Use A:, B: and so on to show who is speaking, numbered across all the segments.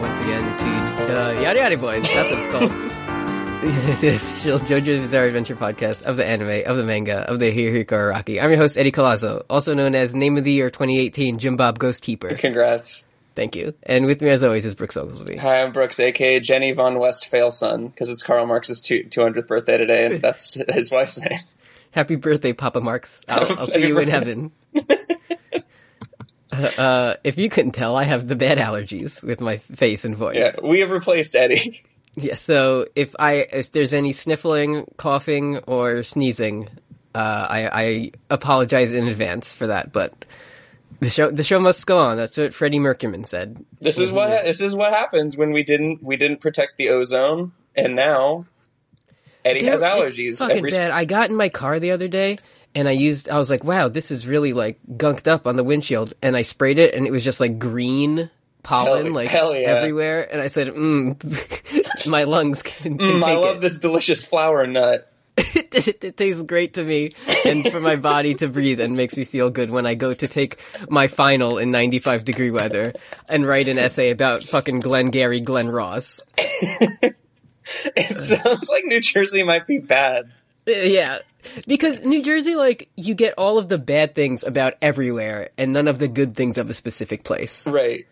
A: Yada, uh, yada yada boys. That's what it's called. the official JoJo's Bizarre Adventure podcast of the anime, of the manga, of the Hiriko Rocky. I'm your host Eddie Colasso, also known as Name of the Year 2018 Jim Bob Ghost Keeper.
B: Congrats.
A: Thank you. And with me, as always, is Brooks Oglesby.
B: Hi, I'm Brooks, aka Jenny von Westphale's son, because it's Karl Marx's two- 200th birthday today, and that's his wife's name.
A: Happy birthday, Papa Marks. I'll, I'll see you in heaven. uh, if you couldn't tell, I have the bad allergies with my face and voice.
B: Yeah, we have replaced Eddie.
A: Yeah, so if I if there's any sniffling, coughing, or sneezing, uh, I, I apologize in advance for that. But the show the show must go on. That's what Freddie Mercury said.
B: This is what this is what happens when we didn't we didn't protect the ozone, and now Eddie has
A: They're-
B: allergies.
A: It's fucking
B: Every-
A: bad. I got in my car the other day and I used. I was like, wow, this is really like gunked up on the windshield. And I sprayed it, and it was just like green pollen,
B: Hell-
A: like
B: hell yeah.
A: everywhere. And I said, mm, my lungs can, can
B: Mm, I
A: take
B: love
A: it.
B: this delicious flower nut.
A: it, it, it tastes great to me and for my body to breathe and makes me feel good when I go to take my final in 95 degree weather and write an essay about fucking Glenn Gary, Glenn Ross.
B: It sounds like New Jersey might be bad.
A: Uh, Yeah. Because New Jersey, like, you get all of the bad things about everywhere and none of the good things of a specific place.
B: Right.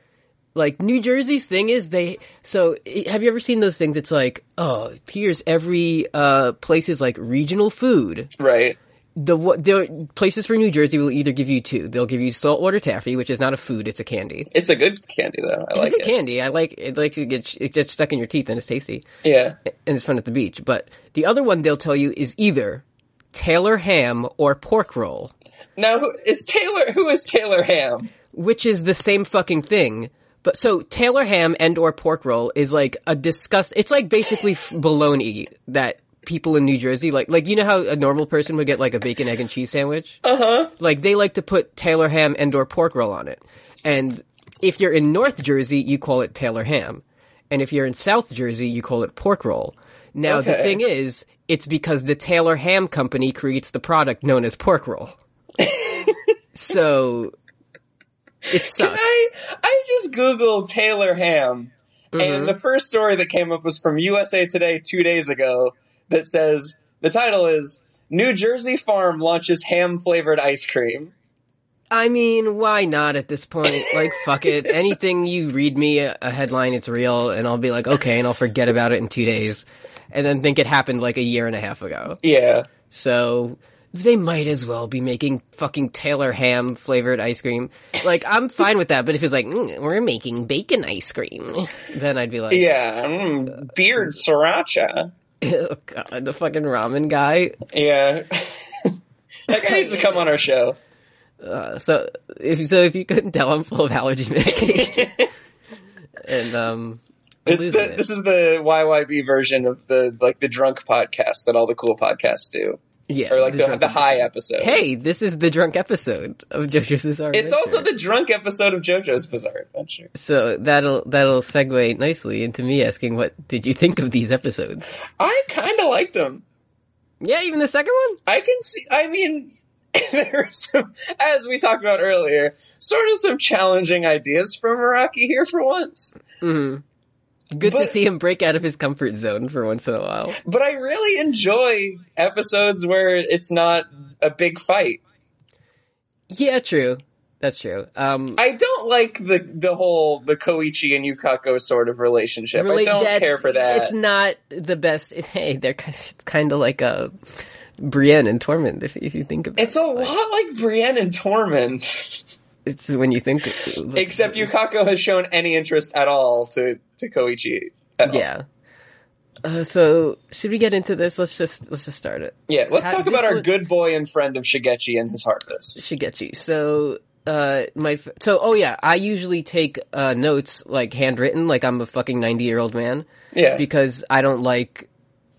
A: Like, New Jersey's thing is they, so, i- have you ever seen those things? It's like, oh, here's every, uh, place's like regional food.
B: Right.
A: the wa- the places for New Jersey will either give you two. They'll give you saltwater taffy, which is not a food; it's a candy.
B: It's a good candy though. I
A: It's
B: like
A: a good
B: it.
A: candy. I like it. Like it gets it gets stuck in your teeth and it's tasty
B: Yeah.
A: and it's fun at the beach. But the other one they'll tell you is either Taylor ham or pork roll,
B: Now who is Taylor? Who is Taylor Ham?
A: which is the same fucking thing. But so Taylor ham and or pork roll is like a disgust. It's like basically f- bologna that people in New Jersey like. Like you know how a normal person would get like a bacon egg and cheese sandwich.
B: Uh-huh.
A: like they like to put Taylor ham and or pork roll on it. And if you're in North Jersey, you call it Taylor ham, and if you're in South Jersey, you call it pork roll. Now the
B: Okay.
A: thing is, it's because the Taylor ham company creates the product known as pork roll. so it
B: Can
A: sucks.
B: I I just googled Taylor Ham,
A: Mm-hmm.
B: and the first story that came up was from USA Today two days ago that says the title is New Jersey Farm launches ham flavored ice cream.
A: I mean, why not at this point? Like, fuck it. Anything you read me a, a headline, it's real, and I'll be like, okay, and I'll forget about it in two days, and then think it happened like a year and a half ago.
B: Yeah,
A: So they might as well be making fucking Taylor ham flavored ice cream. Like I'm fine with that, but if it's like mm, we're making bacon ice cream, then I'd be like,
B: yeah, mm, beard sriracha.
A: oh god, the fucking ramen guy.
B: Yeah, that guy needs to come on our show.
A: Uh, so if so, if you couldn't tell, I'm full of allergy medication. and um, I'm
B: It's
A: losing
B: the,
A: it.
B: this is the YYB version of the like the drunk podcast that all the cool podcasts do,
A: yeah,
B: or like the, the,
A: drunk
B: high episode.
A: Hey, this is the drunk episode of JoJo's Bizarre.
B: It's
A: Adventure.
B: also the drunk episode of JoJo's Bizarre Adventure.
A: so that'll that'll segue nicely into me asking, what did you think of these episodes?
B: I kind of liked them.
A: Yeah, even the second one.
B: I can see. I mean, there's some, as we talked about earlier, sort of some challenging ideas from Iraqi here for once.
A: Mm-hmm. Good to
B: But-
A: see him break out of his comfort zone for once in a while.
B: But I really enjoy episodes where it's not a big fight.
A: Yeah, true. That's true. Um,
B: I don't like the the whole the Koichi and Yukako sort of relationship.
A: relate-
B: I don't
A: that's-
B: care for that.
A: It's not the best. Hey, they're kind of, it's kind of like a Brienne and Tormund if, if you think about
B: It's a lot like Brienne and Tormund,
A: it. It's when you think.
B: except Yukako has shown any interest at all to to Koichi. at all.
A: Yeah. Uh, so should we get into this? Let's just let's just start it.
B: yeah. Let's
A: Ha-
B: talk about
A: this
B: our
A: was-
B: good boy and friend of Shigechi and his harvest.
A: Shigechi. So, uh, my, f- so, oh yeah, I usually take, uh, notes, like, handwritten, like I'm a fucking 90 year old man,
B: Yeah,
A: because I don't like,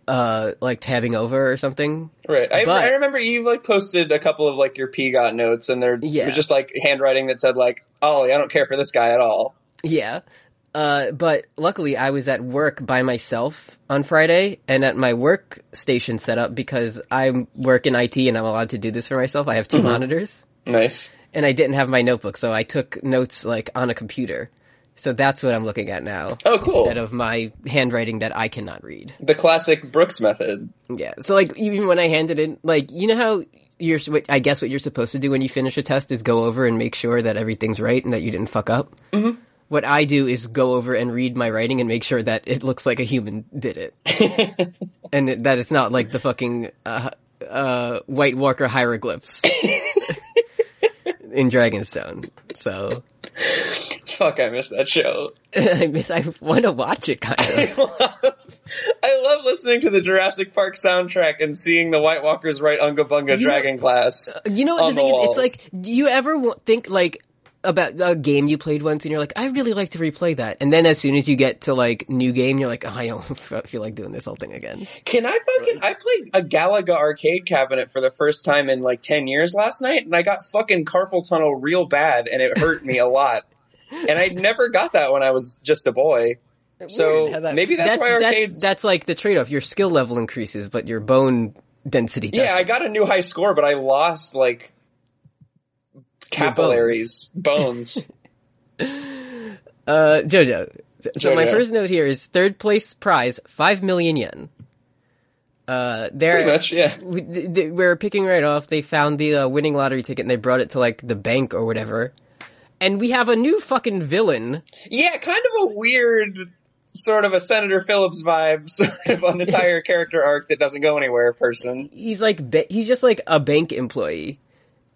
A: uh, like tabbing over or something.
B: Right. I,
A: But-
B: I remember you like posted a couple of like your PGOT notes and they're
A: Yeah.
B: it was just like handwriting that said like, Ollie, I don't care for this guy at all.
A: Yeah. Uh, but luckily I was at work by myself on Friday and at my work station setup because I work in IT and I'm allowed to do this for myself. I have 2 monitors
B: Nice.
A: and I didn't have my notebook, so I took notes like on a computer So that's what I'm looking at now.
B: Oh, cool.
A: Instead of my handwriting that I cannot read.
B: The classic Brooks method.
A: Yeah. So like even when I handed it, like you know how you're, what- I guess what you're supposed to do when you finish a test is go over and make sure that everything's right and that you didn't fuck up. Mm-hmm. What I do is go over and read my writing and make sure that it looks like a human did it, and it- that it's not like the fucking uh, uh, White Walker hieroglyphs in Dragonstone. So
B: Fuck, I missed that show.
A: I miss. I want to watch it kind of.
B: I love listening to the Jurassic Park soundtrack and seeing the White Walkers write Unga Bunga Dragon Class.
A: You know what
B: on
A: the thing
B: the
A: is? It's like, do you ever w- think like about a game you played once, and you're like, I really like to replay that, and then as soon as you get to like new game, you're like, oh, I don't f- feel like doing this whole thing again.
B: Can I fucking? I played a Galaga arcade cabinet for the first time in like ten years last night, and I got fucking carpal tunnel real bad, and it hurt me a lot. And I never got that when I was just a boy. So
A: Weird how that-
B: maybe that's, why arcades.
A: that's, that's like the trade off. Your skill level increases, but your bone density.
B: yeah,
A: doesn't.
B: I got a new high score, but I lost like capillaries, bones.
A: Uh, Jojo. So so my
B: Jojo.
A: first note here is third place prize five million yen. Uh, there.
B: Pretty much, yeah.
A: we, th- th- we were picking right off. They found the uh, winning lottery ticket and they brought it to like the bank or whatever. And we have a new fucking villain.
B: Yeah, kind of a weird sort of a Senator Phillips vibe, sort of an entire character arc that doesn't go anywhere person.
A: He's like ba- he's just like a bank employee,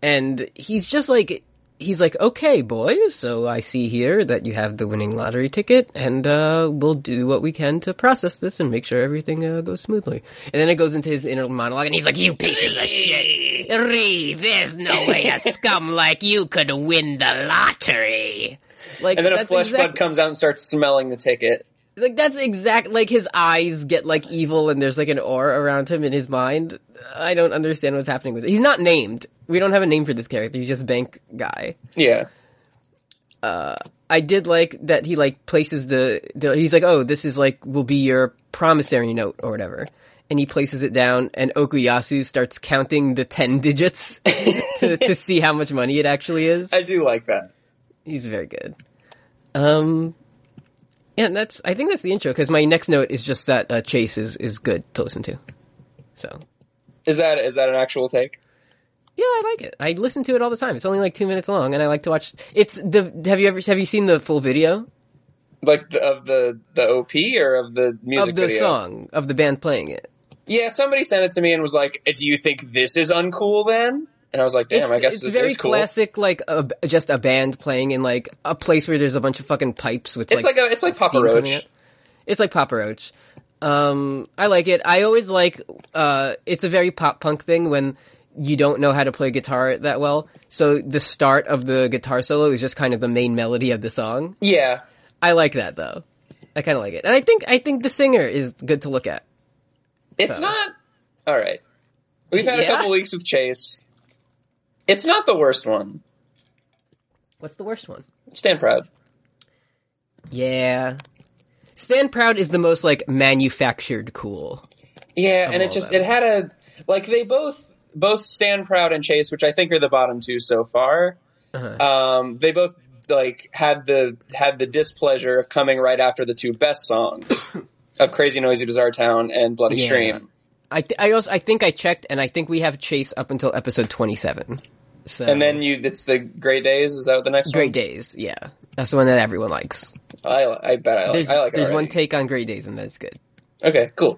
A: and he's just like he's like okay, boys. So I see here that you have the winning lottery ticket, and uh, we'll do what we can to process this and make sure everything uh, goes smoothly. And then it goes into his inner monologue, and he's like, "You pieces of shit, Ree, there's no way a scum like you could win the lottery." Like
B: And then a
A: that's
B: flesh
A: exact-
B: bud comes out and starts smelling the ticket.
A: like that's exact like his eyes get like evil and there's like an aura around him in his mind i don't understand what's happening with it he's not named we don't have a name for this character he's just bank guy
B: Yeah.
A: i did like that he like places the, the he's like oh this is like will be your promissory note or whatever and he places it down and okuyasu starts counting the 10 digits to, to see how much money it actually is
B: I do like that.
A: he's very good. Um, yeah, and that's I think that's the intro because my next note is just that uh, Chase is is good to listen to. So
B: Is that is that an actual take?
A: yeah, I like it. I listen to it all the time. It's only like two minutes long, and I like to watch. It's the have you ever have you seen the full video
B: Like the, of the the OP or of the music
A: of the
B: video?
A: song of the band playing it?
B: Yeah, somebody sent it to me and was like, "Do you think this is uncool then?" And I was like, "Damn,
A: it's,
B: I guess
A: it's
B: it
A: very
B: is cool."
A: classic, like a, just a band playing in like a place where there's a bunch of fucking pipes with
B: It's like, a it's like Papa
A: steam coming
B: Roach.
A: out. It's like Papa Roach. Um, I like it. I always like. Uh, it's a very pop punk thing when you don't know how to play guitar that well. So the start of the guitar solo is just kind of the main melody of the song.
B: Yeah,
A: I like that though. I kind of like it, and I think I think the singer is good to look at.
B: It's
A: So-
B: not. All right. We've had a
A: Yeah?
B: couple weeks with Chase. It's not the worst one.
A: What's the worst one?
B: Stand proud.
A: Yeah, Stand Proud is the most like manufactured cool.
B: Yeah,
A: all
B: and it just
A: them.
B: it had a like they both both Stand Proud and Chase, which I think are the bottom two so far.
A: Uh-huh.
B: Um, they both like had the had the displeasure of coming right after the two best songs of Crazy Noisy Bizarre Town and Bloody
A: Yeah. uh-huh.
B: Stream,
A: I th- I also I think I checked, and I think we have Chase up until episode twenty seven. So
B: and then you it's the Great Days. Is that the next
A: Great Days, yeah, that's the one that everyone likes.
B: one? I li- I bet I like
A: There's,
B: I like it.
A: there's one
B: already.
A: take on Great Days, and that's good.
B: okay, cool.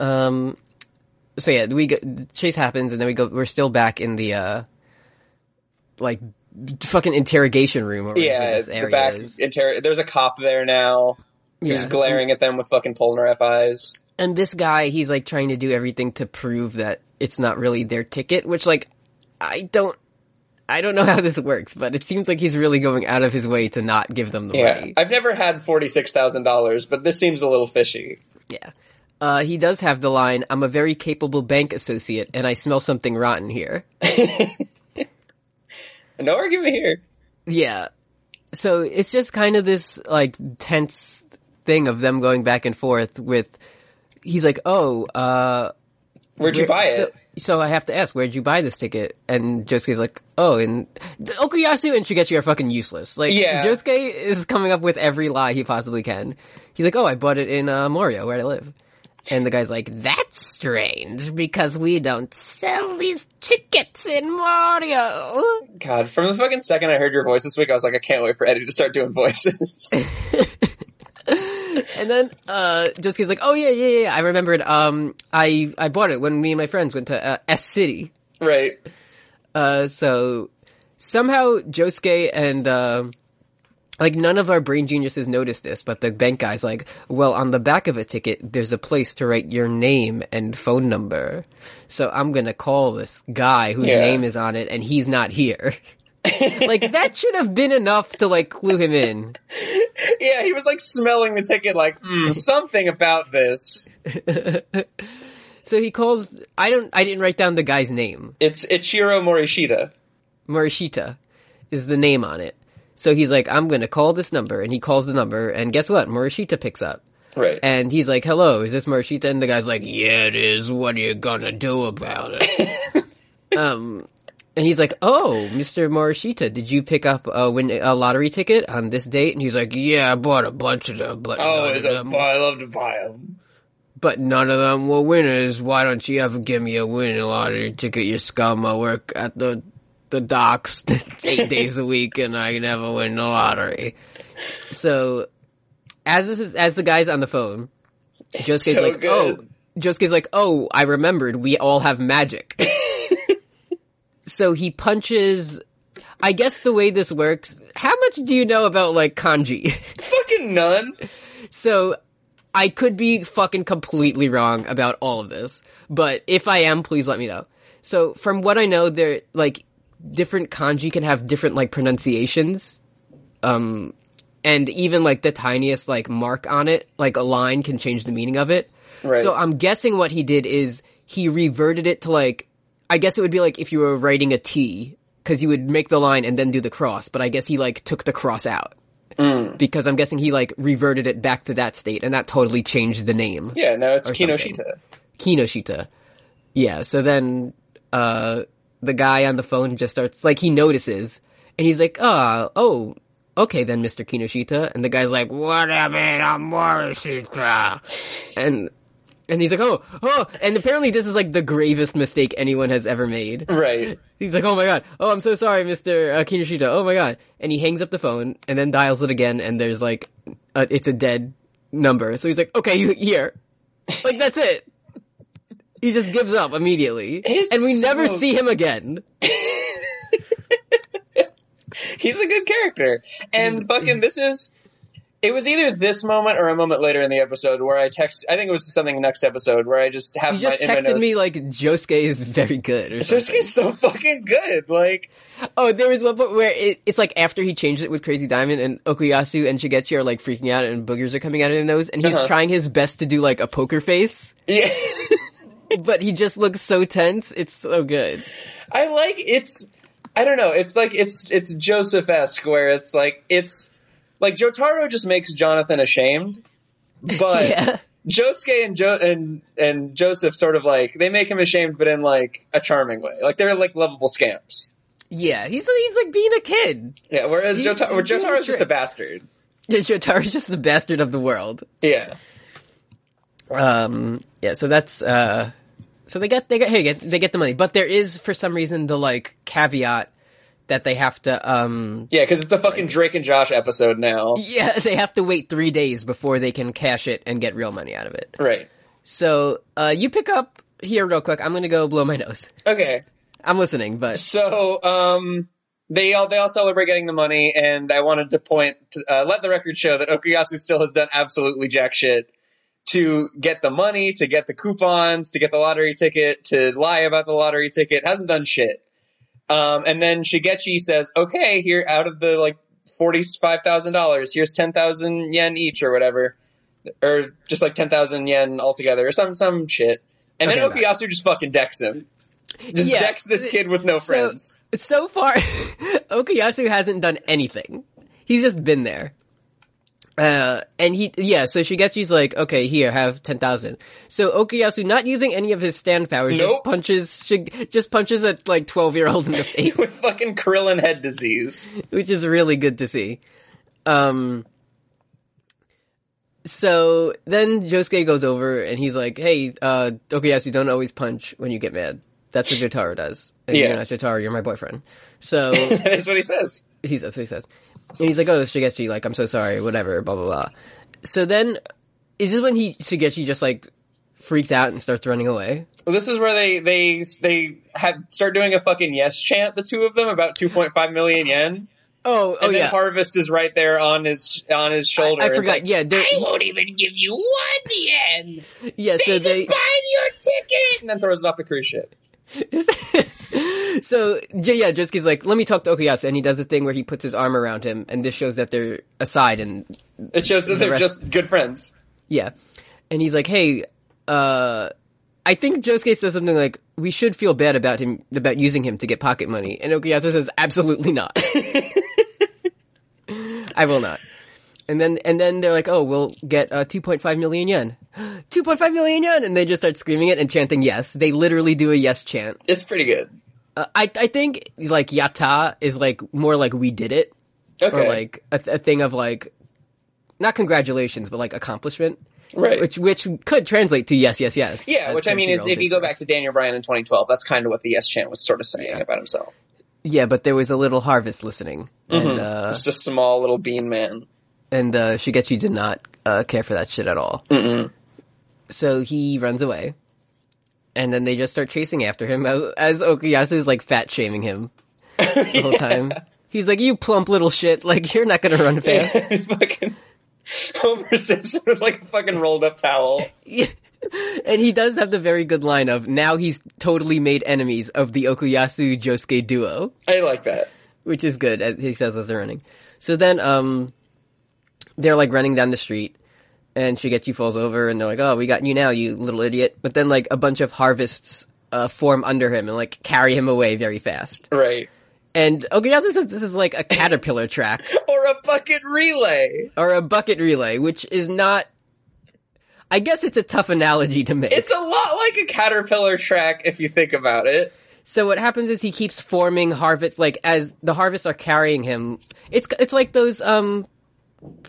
A: Um, so yeah, we go, chase happens, and then we go. We're still back in the uh, like fucking interrogation room. Or whatever
B: Yeah,
A: this
B: the
A: area
B: back
A: is.
B: inter- There's a cop there now. who's
A: Yeah.
B: glaring at them with fucking Polnareff eyes.
A: and this guy he's like trying to do everything to prove that it's not really their ticket which like i don't i don't know how this works but it seems like he's really going out of his way to not give them the
B: Yeah,
A: money
B: I've never had forty six thousand dollars, but this seems a little fishy.
A: yeah uh, he does have the line i'm a very capable bank associate and i smell something rotten here
B: No argument here.
A: yeah so it's just kind of this like tense thing of them going back and forth with he's like oh uh
B: Where'd you
A: Where-
B: buy it?
A: So, so I have to ask, where'd you buy this ticket? And Josuke's like, oh, and Okuyasu and Shigechi are fucking useless. Like,
B: Yeah.
A: Josuke is coming up with every lie he possibly can. He's like, oh, I bought it in uh, Moria, where I live. And the guy's like, that's strange, because we don't sell these tickets in Mario.
B: God, from the fucking second I heard your voice this week, I was like, I can't wait for Eddie to start doing voices.
A: And then, uh, Josuke's like, oh yeah, yeah, yeah, I remembered, um, I, I bought it when me and my friends went to uh, S City.
B: right.
A: Uh, so somehow Josuke and uh, like none of our brain geniuses noticed this, but the bank guy's like, "Well, on the back of a ticket, there's a place to write your name and phone number." So I'm gonna call this guy whose
B: Yeah.
A: name is on it, and he's not here. like that should have been enough to like clue him in.
B: Yeah, he was like smelling the ticket, like, hmm, something about this.
A: So he calls. I don't. I didn't write down the guy's name.
B: It's Ichiro Morishita.
A: Morishita is the name on it. So he's like, I'm gonna call this number, and he calls the number, and guess what? Morishita picks up.
B: Right.
A: And he's like, "Hello, is this Marshita?" And the guy's like, "Yeah, it is. What are you gonna do about it?" um, and he's like, "Oh, Mister Morishita, did you pick up a win a lottery ticket on this date?" And he's like, "Yeah, I bought a bunch of them, but
B: oh,
A: none
B: is
A: of
B: a
A: them,
B: buy, I love to buy them.
A: but none of them were winners. Why don't you ever give me a winning lottery ticket? You scum! I work at the the docks eight days a week, and I never win the lottery." So, as this is as the guy's on the phone, Josuke's
B: so
A: like,
B: good.
A: "Oh." Josuke's like, oh, I remembered, we all have magic. so he punches, I guess the way this works, how much do you know about like kanji?
B: Fucking none.
A: So I could be fucking completely wrong about all of this, but if I am, please let me know. So from what I know, there like different kanji can have different like pronunciations. Um and even like the tiniest like mark on it, like a line can change the meaning of it.
B: Right.
A: So I'm guessing what he did is he reverted it to like I guess it would be like if you were writing a T cuz you would make the line and then do the cross, but I guess he like took the cross out because I'm guessing he like reverted it back to that state, and that totally changed the name
B: Yeah, no, it's
A: something.
B: Kinoshita.
A: Kinoshita. Yeah. So then, uh, the guy on the phone just starts like he notices, and he's like, "Uh, oh, okay then, Mister Kinoshita." And the guy's like, "What I mean, I'm Morishita," and and he's like, "Oh, oh," and apparently this is like the gravest mistake anyone has ever made.
B: Right.
A: He's like, "Oh my god! Oh, I'm so sorry, Mister uh, Kinoshita. Oh my god!" And he hangs up the phone and then dials it again, and there's like, uh, it's a dead number. So he's like, "Okay, you here?" Like that's it. He just gives up immediately,
B: It's
A: and we never
B: so-
A: see him again.
B: He's a good character. And fucking this is it was either this moment or a moment later in the episode where I text I think it was something next episode where I just have
A: He just
B: my, in my
A: texted me
B: notes-
A: like, "Josuke is very good." Or something.
B: Sasuke's so fucking good. Like
A: Oh, there was one point where it, it's like after he changed it with Crazy Diamond and Okuyasu and Shigechi are like freaking out and boogers are coming out of their nose and he's
B: Uh-huh.
A: trying his best to do like a poker face,
B: yeah.
A: but he just looks so tense. It's so good.
B: I like it's I don't know, it's like it's it's Joseph esque where it's like it's like Jotaro just makes Jonathan ashamed. But
A: Yeah.
B: Josuke and jo- and and Joseph sort of like they make him ashamed, but in like a charming way. Like they're like lovable scamps.
A: Yeah, he's he's like being a kid.
B: Yeah. Whereas
A: He's-
B: Jota- where
A: he's doing
B: Jotaro's
A: a
B: just a
A: trick.
B: bastard.
A: Jotaro's just the bastard of the world.
B: Yeah.
A: Um, yeah. So that's uh, so they got they got hey get, they get the money, but there is for some reason the like caveat that they have to um
B: Yeah, because it's a fucking Drake and Josh episode now.
A: yeah they have to wait three days before they can cash it and get real money out of it.
B: Right.
A: So uh, you pick up here real quick. I'm gonna go blow my nose.
B: Okay.
A: I'm listening, but
B: So um, they all they all celebrate getting the money, and I wanted to point to, uh, let the record show that Okuyasu still has done absolutely jack shit to get the money, to get the coupons, to get the lottery ticket, to lie about the lottery ticket. Hasn't done shit. Um, and then Shigechi says, "Okay, here out of the like forty five thousand dollars, here's ten thousand yen each or whatever, or just like ten thousand yen altogether, or some some shit." And then
A: Okay, right.
B: Okuyasu just fucking decks him. Just
A: Yeah.
B: decks this kid with no
A: So-
B: friends.
A: so far, Okuyasu hasn't done anything. He's just been there. Uh, and he, yeah, so Shigechi's like, okay, here, have 10,000. So Okuyasu, not using any of his stand power, just
B: Nope.
A: punches, Shig- just punches a, like, 12 year old in the face,
B: with fucking Krillin head disease.
A: which is really good to see. Um, so then Josuke goes over and he's like, hey, uh, Okuyasu, don't always punch when you get mad. That's what Jotaro does. And
B: Yeah.
A: You're not Jotaro, you're my boyfriend. So,
B: That is what he says.
A: He's that's what he says. And he's like, "Oh, Shigechi, like I'm so sorry, whatever, blah blah blah." So then, is this when he Shigechi just like freaks out and starts running away?
B: Well, this is where they they they have, start doing a fucking yes chant. The two of them about two point five million yen,
A: Oh, oh
B: and then
A: yeah,
B: Harvest is right there on his on his shoulder.
A: I
B: It's
A: forgot.
B: like,
A: yeah, they're-
B: I won't even give you one yen.
A: yeah.
B: Say
A: So they
B: goodbye to your ticket, and then throws it off the cruise ship.
A: so J- yeah, Josuke's like, "Let me talk to Okuyasu," and he does the thing where he puts his arm around him, and this shows that they're aside and
B: It shows that they're
A: rest-
B: just good friends.
A: Yeah. And he's like, hey, uh, I think Josuke says something like, we should feel bad about him, about using him to get pocket money. And Okuyasu says, absolutely not. I will not. And then, and then they're like, oh, we'll get, uh, 2.5 million yen. 2.5 million yen! And they just start screaming it and chanting yes. They literally do a yes chant.
B: It's pretty good.
A: Uh, I, I think, like, yata is like, more like we did it.
B: Okay,
A: Or like, a, th- a thing of like, not congratulations, but like accomplishment
B: right?
A: which which could translate to yes, yes, yes.
B: yeah,
A: as
B: which I mean is, if you go back
A: Crunchyroll
B: to Daniel Bryan in 2012, that's kind of what the yes chant was sort of saying about himself.
A: did. yeah, but there was a little harvest listening,
B: Mm-hmm.
A: and uh,
B: Just a small little bean man.
A: and uh, Shigechi did not uh, care for that shit at all. So he runs away, and then they just start chasing after him as, as Okuyasu is like fat shaming him the whole time. He's like, "You plump little shit! Like you're not gonna run fast."
B: fucking Homer Simpson with like a fucking rolled up towel.
A: Yeah. and he does have the very good line of, "Now he's totally made enemies of the Okuyasu Josuke duo."
B: I like that.
A: which is good. As he says as they're running. So then, um, they're like running down the street, and Shigechi falls over, and they're like, "Oh, we got you now, you little idiot!" But then, like, a bunch of harvests uh, form under him and like carry him away very fast.
B: Right.
A: And Okuyasu says this is like a caterpillar track
B: Or a bucket relay.
A: or a bucket relay, which is not. I guess it's a tough analogy to make.
B: It's a lot like a caterpillar track if you think about it.
A: So what happens is he keeps forming harvests, like as the harvests are carrying him. It's it's like those um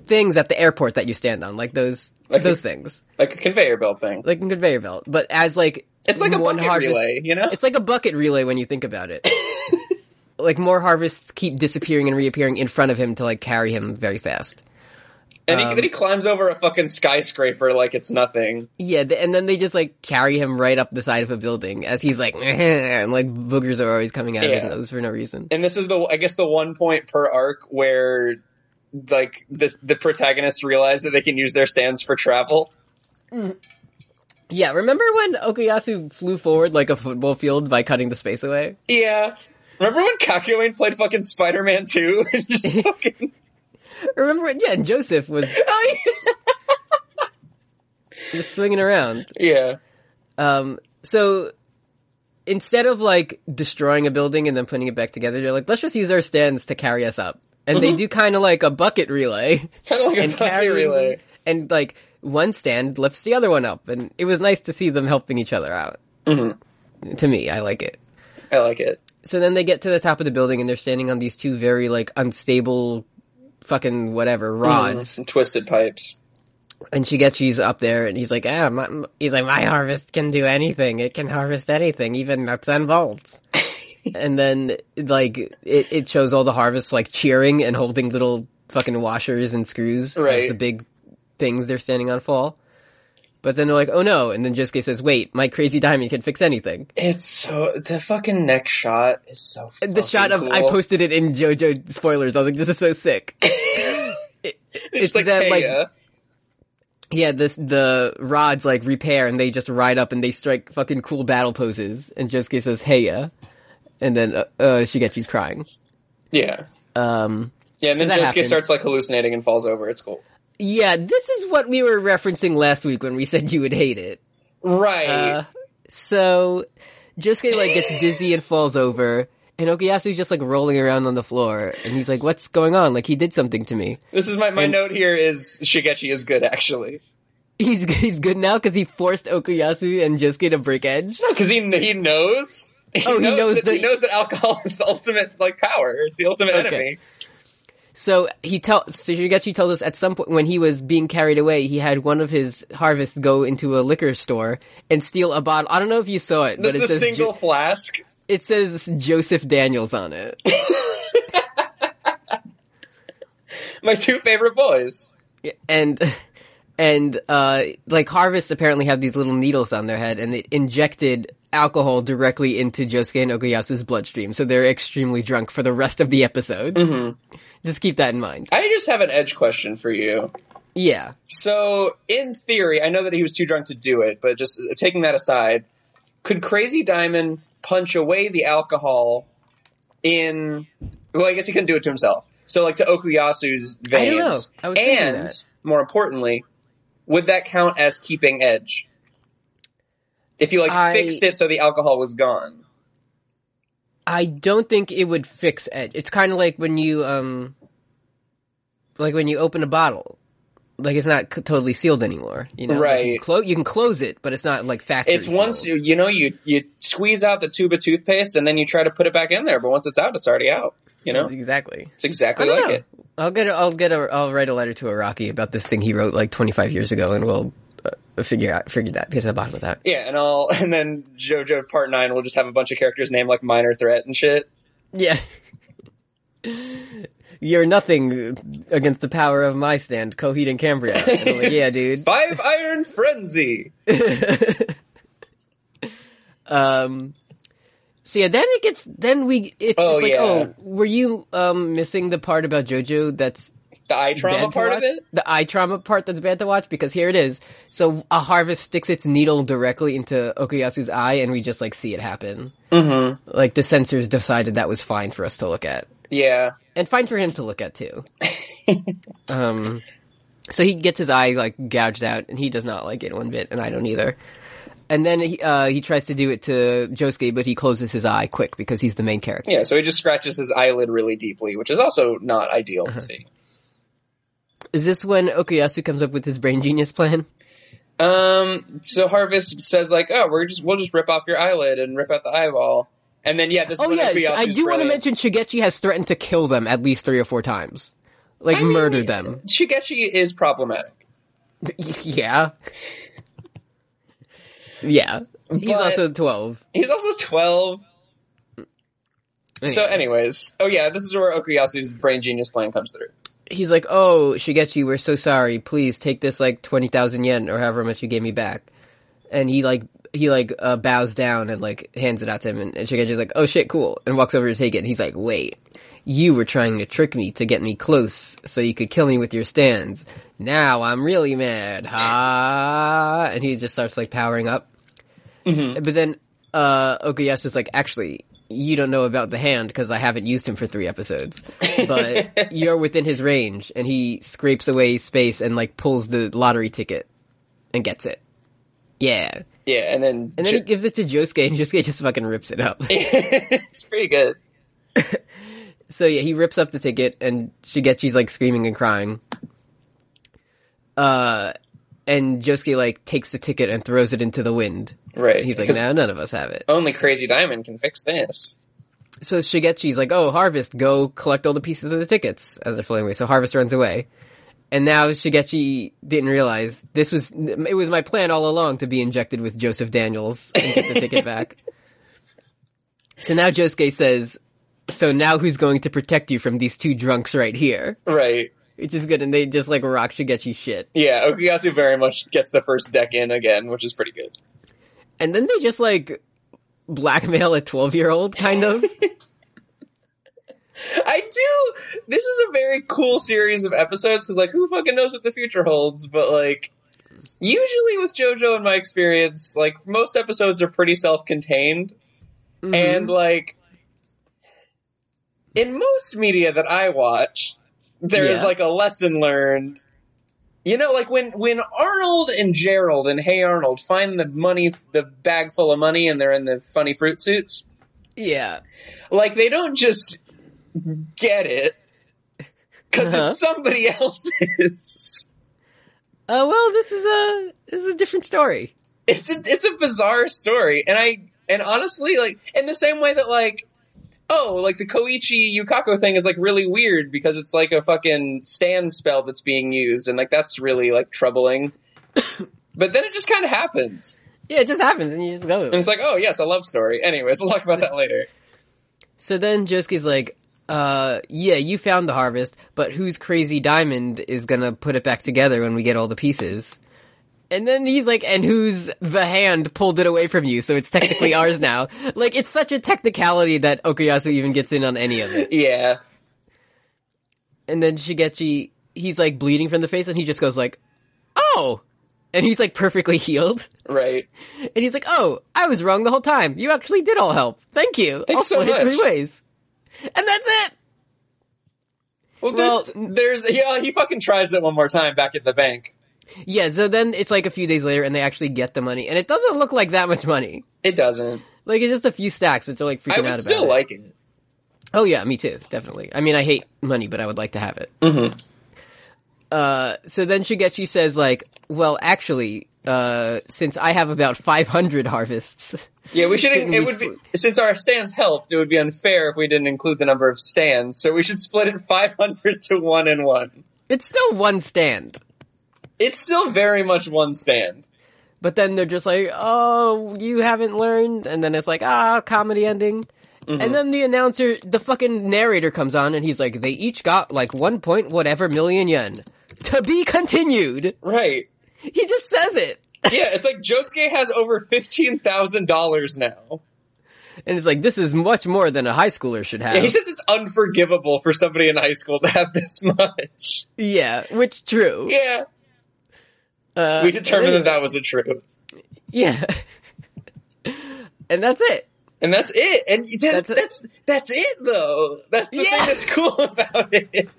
A: things at the airport that you stand on, like those
B: Like
A: those
B: a-
A: things,
B: Like a conveyor belt thing.
A: like a conveyor belt. But as like
B: It's like a
A: one
B: bucket
A: harvest-
B: relay, you know?
A: It's like a bucket relay when you think about it. like more harvests keep disappearing and reappearing in front of him to like carry him very fast.
B: And
A: um,
B: he, then he climbs over a fucking skyscraper like it's nothing.
A: Yeah, th- and then they just like carry him right up the side of a building as he's like, and like boogers are always coming out of his
B: Yeah.
A: nose for no reason.
B: And this is the I guess the one point per arc where like the the protagonists realize that they can use their stands for travel.
A: Yeah, remember when Okuyasu flew forward like a football field by cutting the space away?
B: Yeah. Remember when Kakyoin played fucking Spider Man 2? Just fucking
A: Remember when, yeah, and Joseph was
B: Oh, yeah.
A: just swinging around.
B: Yeah.
A: Um, so instead of like destroying a building and then putting it back together, they're like, let's just use our stands to carry us up. And they do kind of like a bucket relay
B: Kind of like
A: and
B: a bucket
A: carry
B: relay.
A: And like one stand lifts the other one up. And it was nice to see them helping each other out. Mm-hmm. To me, I like it.
B: I like it.
A: so then they get to the top of the building and they're standing on these two very like unstable fucking whatever rods
B: Some Mm. twisted pipes.
A: and Shigechi's up there and he's like ah my, my-" he's like my harvest can do anything it can harvest anything even nuts and bolts and then like it, it shows all the harvests like cheering and holding little fucking washers and screws as
B: Right.
A: the big things they're standing on fall but then they're like oh no and then Josuke says wait my crazy diamond can fix anything
B: It's so the fucking neck shot is so.
A: the shot of I posted it in JoJo spoilers. I was like, this is so sick.
B: it's like, uh,
A: that, like-
B: Peta.
A: yeah, this the rods like repair and they just ride up and they strike fucking cool battle poses. And Josuke says, "Heya," and then uh, uh, Shigechi's crying.
B: yeah,
A: Um,
B: yeah, and then
A: that
B: Josuke
A: happened.
B: starts like hallucinating and falls over. It's cool,
A: yeah, this is what we were referencing last week when we said you would hate it.
B: right?
A: Uh, so Josuke like gets dizzy and falls over, And Okuyasu's just like rolling around on the floor, and he's like, "What's going on? Like he did something to me.
B: This is my, my
A: And-
B: note here is Shigechi is good actually.
A: He's he's good now because he forced Okuyasu and Josuke to break edge.
B: No, because he he knows. He
A: Oh, he knows
B: that,
A: that-
B: he knows that alcohol is the ultimate like power. It's the ultimate
A: Okay.
B: enemy.
A: So he tells so Shigechi tells us at some point when he was being carried away, he had one of his harvests go into a liquor store and steal a bottle. I don't know if you saw it,
B: This
A: but it
B: is a
A: says Jo-
B: single flask.
A: it says Joseph Daniels on it.
B: My two favorite boys.
A: and and uh like harvests apparently have these little needles on their head and it injected alcohol directly into Josuke and Okuyasu's bloodstream so they're extremely drunk for the rest of the episode just keep that in mind
B: I just have an edge question for you.
A: yeah
B: So, in theory, I know that he was too drunk to do it, but just uh, taking that aside, could Crazy Diamond punch away the alcohol in? Well, I guess he couldn't do it to himself. So, like to Okuyasu's
A: I don't
B: veins,
A: know. I was thinking
B: and
A: that.
B: more importantly, would that count as keeping edge? If you like
A: I-
B: fixed it so the alcohol was gone.
A: I don't think it would fix it it's kind of like when you um like when you open a bottle like it's not c- totally sealed anymore you know Like, you,
B: Right.
A: can clo- you can close it but it's not like factory
B: It's once
A: sealed.
B: you you know you you squeeze out the tube of toothpaste and then you try to put it back in there, but once it's out, it's already out. You know,
A: exactly
B: it's exactly like it.
A: I'll get. A, I'll get. A, I'll write a letter to Iraqi about this thing he wrote like 25 years ago, and we'll uh, figure out figure that get to the bottom of that.
B: Yeah, and I'll and then JoJo Part Nine will just have a bunch of characters named like Minor Threat and shit.
A: Yeah. You're nothing against the power of my stand, Coheed and Cambria. And I'm like, yeah, dude.
B: Five Iron Frenzy.
A: um so yeah then it gets then we it,
B: Oh,
A: it's like
B: yeah.
A: oh were you um missing the part about jojo that's
B: The eye trauma
A: bad to
B: part of
A: watch?
B: it.
A: The eye trauma part that's bad to watch because here it is. So a harvest sticks its needle directly into Okuyasu's eye, and we just like see it happen.
B: Mm-hmm.
A: Like the censors decided that was fine for us to look at,
B: Yeah.
A: and fine for him to look at too. um, so he gets his eye like gouged out, and he does not like it one bit, and I don't either. And then he uh, he tries to do it to Josuke, but he closes his eye quick because he's the main character.
B: Yeah, so he just scratches his eyelid really deeply, which is also not ideal
A: Uh-huh.
B: to see.
A: Is this when Okuyasu comes up with his brain genius plan?
B: Um, so Harvest says like, "Oh, we're just we'll just rip off your eyelid and rip out the eyeball." And then yeah, this
A: Oh
B: is when
A: yeah, I do want to mention Shigechi has threatened to kill them at least three or four times, like
B: mean-
A: murder them.
B: Shigechi is problematic.
A: yeah, yeah. He's
B: But-
A: also twelve.
B: He's also twelve. So,
A: Anyway,
B: anyways, oh yeah, this is where Okuyasu's brain genius plan comes through.
A: he's like, "Oh, Shigechi, we're so sorry. Please take this like twenty thousand yen or however much you gave me back." And he like he like uh, bows down and like hands it out to him, and, and Shigechi's like, "Oh shit, cool," and walks over to take it. And he's like, "Wait." You were trying to trick me to get me close so you could kill me with your stands. Now I'm really mad. Ha! And he just starts like powering up. But then uh Okuyasu's like, actually, you don't know about the hand because I haven't used him for three episodes. But you're within his range, and he scrapes away space and like pulls the lottery ticket and gets it. Yeah.
B: Yeah, and then,
A: And then he gives it to Josuke, and Josuke just fucking rips it up.
B: it's pretty good.
A: so yeah, he rips up the ticket, and Shigechi's like screaming and crying. Uh, and Josuke like takes the ticket and throws it into the wind.
B: Right.
A: And he's like,
B: because
A: now none of us have it.
B: Only Crazy Diamond can fix this.
A: so Shigechi's like, "Oh, Harvest, go collect all the pieces of the tickets." As they're floating away, so Harvest runs away, and now Shigechi didn't realize this was it was my plan all along to be injected with Joseph Daniels and get the ticket back. So now Josuke says, "So now who's going to protect you from these two drunks right here?"
B: Right.
A: Which is good, and they just like rock Shigechi shit,
B: Yeah, Okuyasu very much gets the first deck in again, which is pretty good.
A: and then they just like blackmail a twelve year old kind of.
B: I do. This is a very cool series of episodes because, like, who fucking knows what the future holds? But like, usually with JoJo, in my experience, like most episodes are pretty self-contained,
A: Mm-hmm.
B: and like in most media that I watch, there is
A: Yeah.
B: like a lesson learned. You know, like when when Arnold and Gerald and Hey Arnold find the money, the bag full of money, and they're in the funny fruit suits.
A: Yeah.
B: Like they don't just get it because
A: Uh-huh.
B: it's somebody else's.
A: Oh well, this is a this is a different story.
B: It's a it's a bizarre story, and I and honestly, like in the same way that like oh, like the Koichi Yukako thing is like really weird because it's like a fucking stand spell that's being used, and like that's really like troubling. but then it just kind of happens,
A: Yeah, it just happens, and you just go. With
B: and
A: it.
B: it's like oh yes, a love story. Anyways, we'll talk about that later.
A: So then Josuke's like, uh, yeah, you found the harvest, but whose crazy diamond is gonna put it back together when we get all the pieces? And then he's like, and who's the hand pulled it away from you, so it's technically ours now. Like, it's such a technicality that Okuyasu even gets in on any of it.
B: Yeah.
A: And then Shigechi, he's like bleeding from the face, and he just goes like, oh! And he's like perfectly healed.
B: Right.
A: And he's like, "Oh, I was wrong the whole time. You actually did all help. Thank you.
B: Thanks
A: I'll
B: so
A: split it three
B: much."
A: ways." And that's it.
B: Well,
A: Well-
B: there's, there's yeah, he fucking tries it one more time back at the bank.
A: Yeah. So then it's like a few days later, and they actually get the money, and it doesn't look like that much money.
B: It doesn't.
A: Like it's just a few stacks, but they're like freaking
B: I
A: out
B: would
A: about
B: still
A: it.
B: like it.
A: oh yeah, me too, definitely. I mean, I hate money, but I would like to have it.
B: Mhm.
A: Uh, so then Shigechi says, like, "Well, actually, uh, since I have about five hundred harvests,
B: Yeah, we should.
A: Shouldn't
B: It
A: we
B: would be since our stands helped. It would be unfair if we didn't include the number of stands. So we should split it five hundred to one and one.
A: it's still one stand."
B: It's still very much one stand.
A: But then they're just like, "Oh, you haven't learned," and then it's like, "Ah, comedy ending."
B: Mm-hmm.
A: And then the announcer, the fucking narrator, comes on and he's like, "They each got like one point whatever million yen to be continued."
B: Right.
A: He just says it,
B: Yeah, it's like Josuke has over fifteen thousand dollars now.
A: and it's like, "This is much more than a high schooler should have."
B: Yeah, he says it's unforgivable for somebody in high school to have this much.
A: Yeah, which true.
B: Yeah,
A: Uh,
B: we determined that
A: anyway,
B: that was a truth.
A: Yeah, and that's it.
B: And that's it. And that's
A: That's it.
B: that's, that's it though. That's the
A: Yeah.
B: thing that's cool about it.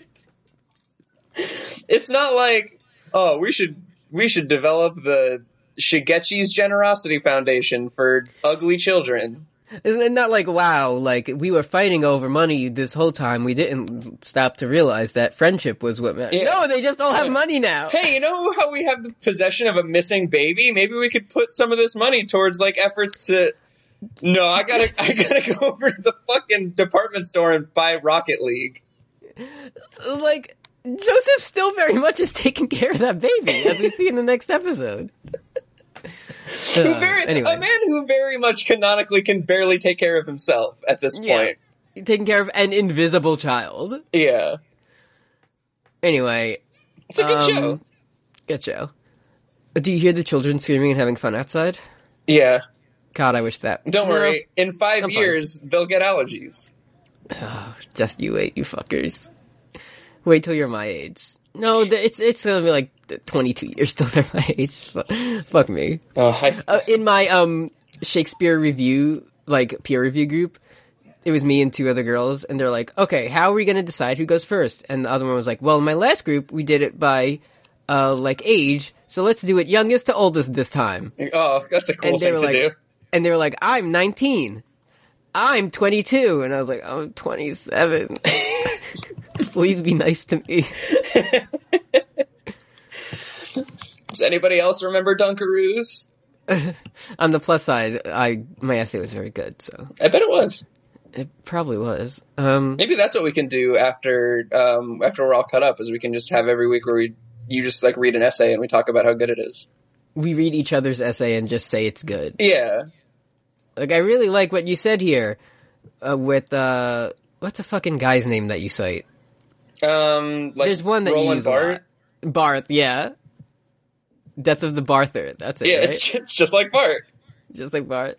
B: It's not like oh, we should we should develop the Shigechi's Generosity Foundation for ugly children.
A: Isn't it not like wow? Like we were fighting over money this whole time. We didn't stop to realize that friendship was what mattered.
B: Yeah.
A: No, they just all have money now.
B: Hey, you know how we have the possession of a missing baby? Maybe we could put some of this money towards like efforts to No, I gotta I gotta go over to the fucking department store and buy Rocket League.
A: like Joseph still very much is taking care of that baby, as we see in the next episode.
B: Who
A: Uh,
B: very,
A: anyway,
B: A man who very much canonically can barely take care of himself at this
A: Yeah.
B: point.
A: taking care of an invisible child.
B: Yeah.
A: Anyway,
B: It's a good
A: um,
B: show.
A: Good show. Do you hear the children screaming and having fun outside?
B: Yeah.
A: God, I wish that.
B: Don't
A: No.
B: worry. In 5
A: I'm fine.
B: years, they'll get allergies.
A: Oh, just you wait, you fuckers. Wait till you're my age. No, th- it's it's gonna be like 22 years till they're my age. Fu- Fuck me.
B: Oh, I,
A: uh, in my um Shakespeare review like peer review group, it was me and two other girls, and they're like, "Okay, how are we going to decide who goes first? And the other one was like, "Well, in my last group, we did it by uh like age, so let's do it youngest to oldest this time."
B: oh, that's a cool
A: And they
B: thing
A: were
B: to
A: like,
B: do.
A: and they were like, "I'm 19." I'm 22, and I was like, "I'm 27." Please be nice to me.
B: Does anybody else remember Dunkaroos?
A: On the plus side, I my essay was very good, so
B: I bet it was.
A: it probably was. Um,
B: Maybe that's what we can do after um, after we're all cut up. Is we can just have every week where we you just like read an essay and we talk about how good it is.
A: we read each other's essay and just say it's good.
B: Yeah.
A: Like I really like what you said here uh, with uh what's the fucking guy's name that you cite?
B: Um, like
A: There's one that you
B: Roland
A: use
B: Barthes.
A: a lot. Barth, yeah. Death of the Barther. That's it,
B: Yeah,
A: right?
B: it's just, it's just like Bart.
A: Just like Barth.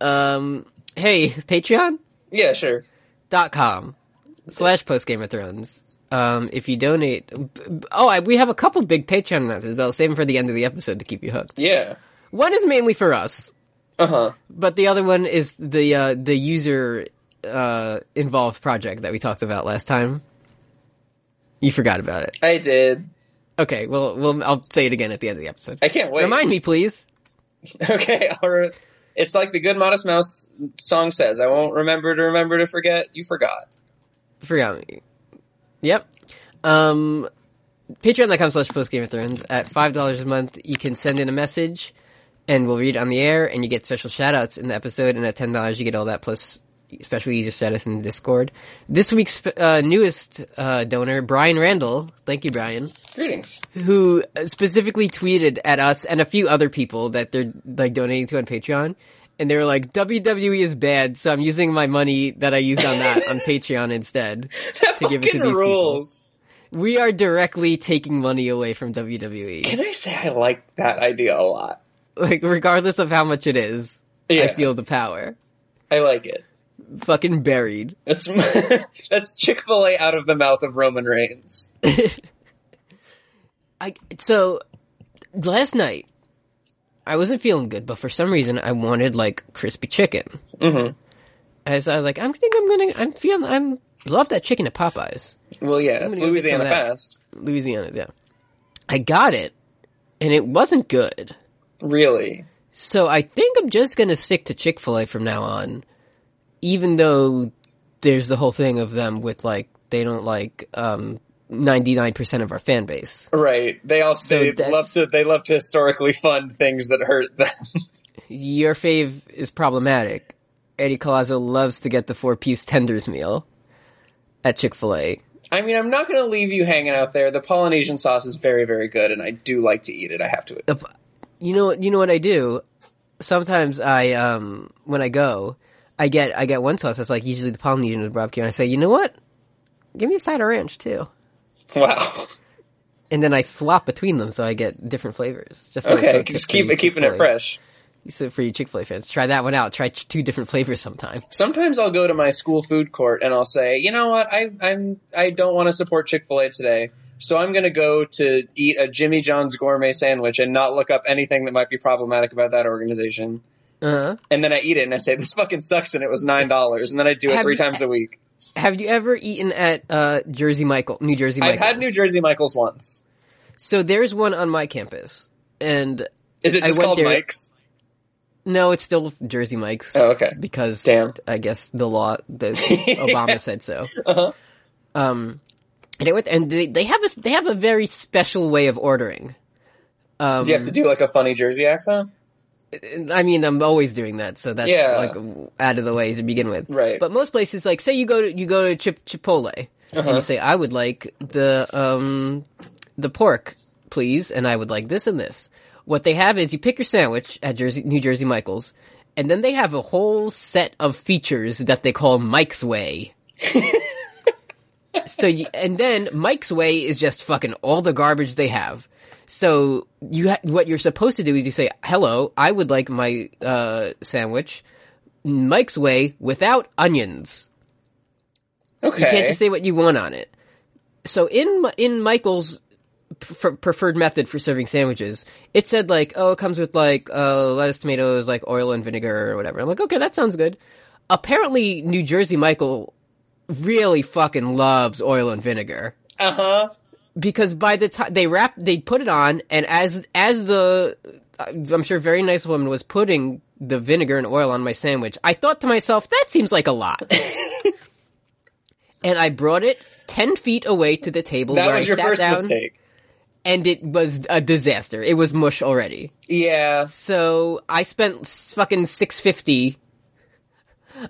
A: Um hey, Patreon
B: Yeah, sure.
A: dot com slash post Game of Thrones. Um, if you donate, oh, I, we have a couple big Patreon announcements, but I'll save them for the end of the episode to keep you hooked.
B: Yeah.
A: One is mainly for us,
B: Uh huh.
A: But the other one is the uh, the user uh, involved project that we talked about last time. You forgot about it.
B: I did.
A: Okay, well, we'll I'll say it again at the end of the episode.
B: I can't wait.
A: Remind me, please.
B: Okay, all right. It's like the Good Modest Mouse song says, "I won't remember to remember to forget. You forgot."
A: Forgot me. Yep. Um, Patreon.com slash post Game of Thrones. At $5 a month, you can send in a message and we'll read it on the air and you get special shout outs in the episode. And at $10, you get all that plus special user status in the Discord. This week's uh, newest uh, donor, Brian Randall. Thank you, Brian
B: Greetings.
A: who specifically tweeted at us and a few other people that they're like donating to on Patreon, and they were like, "WWE is bad, so I'm using my money that I used on that on Patreon instead."
B: That
A: To give it to these
B: fucking
A: people.
B: rules.
A: We are directly taking money away from WWE,
B: Can I say I like that idea a lot?
A: like regardless of how much it is.
B: Yeah,
A: I feel the power.
B: I like it.
A: Fucking buried.
B: That's that's Chick Fil A out of the mouth of Roman Reigns.
A: I so last night I wasn't feeling good, but for some reason I wanted like crispy chicken.
B: hmm
A: As I was like, I'm think I'm gonna, I'm feeling, I'm love that chicken at Popeyes,
B: Well, yeah, it's
A: gonna go get some of
B: Louisiana
A: that.
B: fast.
A: Louisiana. Yeah, I got it, and it wasn't good.
B: Really,
A: So I think I'm just gonna stick to Chick Fil A from now on, even though there's the whole thing of them with like they don't like um 99% of our fan base.
B: right? They
A: So
B: also they
A: that's-
B: love to they love to historically fund things that hurt them.
A: Your fave is problematic. Eddie Colazo loves to get the four piece tenders meal at Chick Fil A.
B: I mean, I'm not going to leave you hanging out there. The Polynesian sauce is very, very good, and I do like to eat it. I have to.
A: the p- you know you know what I do? Sometimes I um when I go, I get I get one sauce that's like usually the Polynesian with barbecue, and I say, you know what? Give me a side of ranch too,
B: Wow.
A: and then I swap between them so I get different flavors. Just so I
B: Okay,
A: cook
B: just
A: for
B: keep
A: you
B: keeping it
A: Chick-fil-A-
B: fresh.
A: So for you Chick Fil A fans, try that one out. Try ch- two different flavors sometime.
B: Sometimes I'll go to my school food court and I'll say, you know what, I, I'm I don't want to support Chick Fil A today, so I'm going to go to eat a Jimmy John's gourmet sandwich and not look up anything that might be problematic about that organization.
A: Uh-huh.
B: And then I eat it and I say, this fucking sucks, and it was nine dollars. And then I do it
A: Have
B: three
A: you-
B: times a week.
A: Have you ever eaten at uh, Jersey Michael, New Jersey Michael?
B: I've had New Jersey Michael's once.
A: So there's one on my campus, and
B: Is it
A: I
B: just
A: went
B: called
A: there-
B: Mike's?
A: no, it's still Jersey Mike's.
B: Oh, okay.
A: because
B: Damn.
A: I guess the law the Obama said so.
B: Uh-huh.
A: Um, and it went, and they, they have a they have a very special way of ordering. Um,
B: Do you have to do like a funny Jersey accent?
A: I mean, I'm always doing that, so that's
B: Yeah.
A: like out of the way to begin with.
B: Right.
A: But most places, like say you go to you go to Chip, Chipotle and you say, "I would like the um the pork, please," and I would like this and this. What they have is you pick your sandwich at Jersey, New Jersey Michael's, and then they have a whole set of features that they call Mike's Way. so you, and then Mike's Way is just fucking all the garbage they have. So you ha- what you're supposed to do is you say, "Hello, I would like my uh, sandwich." Mike's way without onions.
B: Okay.
A: You can't just say what you want on it. So in Mi- in Michael's pr- preferred method for serving sandwiches, it said like, oh, it comes with like uh, lettuce, tomatoes, like oil and vinegar or whatever. I'm like, okay, that sounds good. Apparently, New Jersey Michael really fucking loves oil and vinegar
B: Uh huh.
A: because by the time they wrap, they put it on, and as as the uh, I'm sure very nice woman was putting the vinegar and oil on my sandwich, I thought to myself, that seems like a lot, and I brought it ten feet away to the table
B: That
A: where
B: was
A: I
B: your
A: sat
B: first
A: down,
B: mistake.
A: and it was a disaster. It was mush already,
B: Yeah.
A: so I spent s- fucking six fifty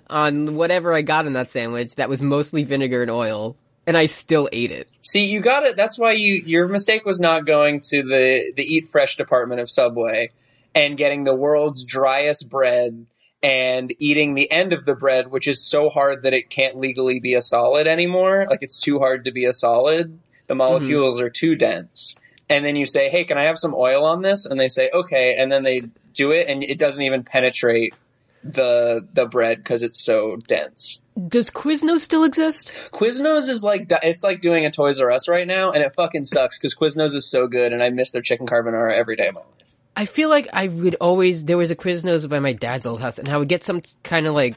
A: on whatever I got in that sandwich that was mostly vinegar and oil, and I still ate it.
B: See, you got it. That's why you your mistake was not going to the the eat fresh department of Subway and getting the world's driest bread and eating the end of the bread, which is so hard that it can't legally be a solid anymore. Like it's too hard to be a solid. The molecules are too dense. And then you say, "Hey, can I have some oil on this?" And they say, "Okay." And then they do it, and it doesn't even penetrate the the bread because it's so dense.
A: Does Quiznos still exist?
B: Quiznos is like it's like doing a Toys R Us right now, and it fucking sucks because Quiznos is so good, and I miss their chicken carbonara every day of my life.
A: I feel like I would always there was a Quiznos by my dad's old house, and I would get some kind of like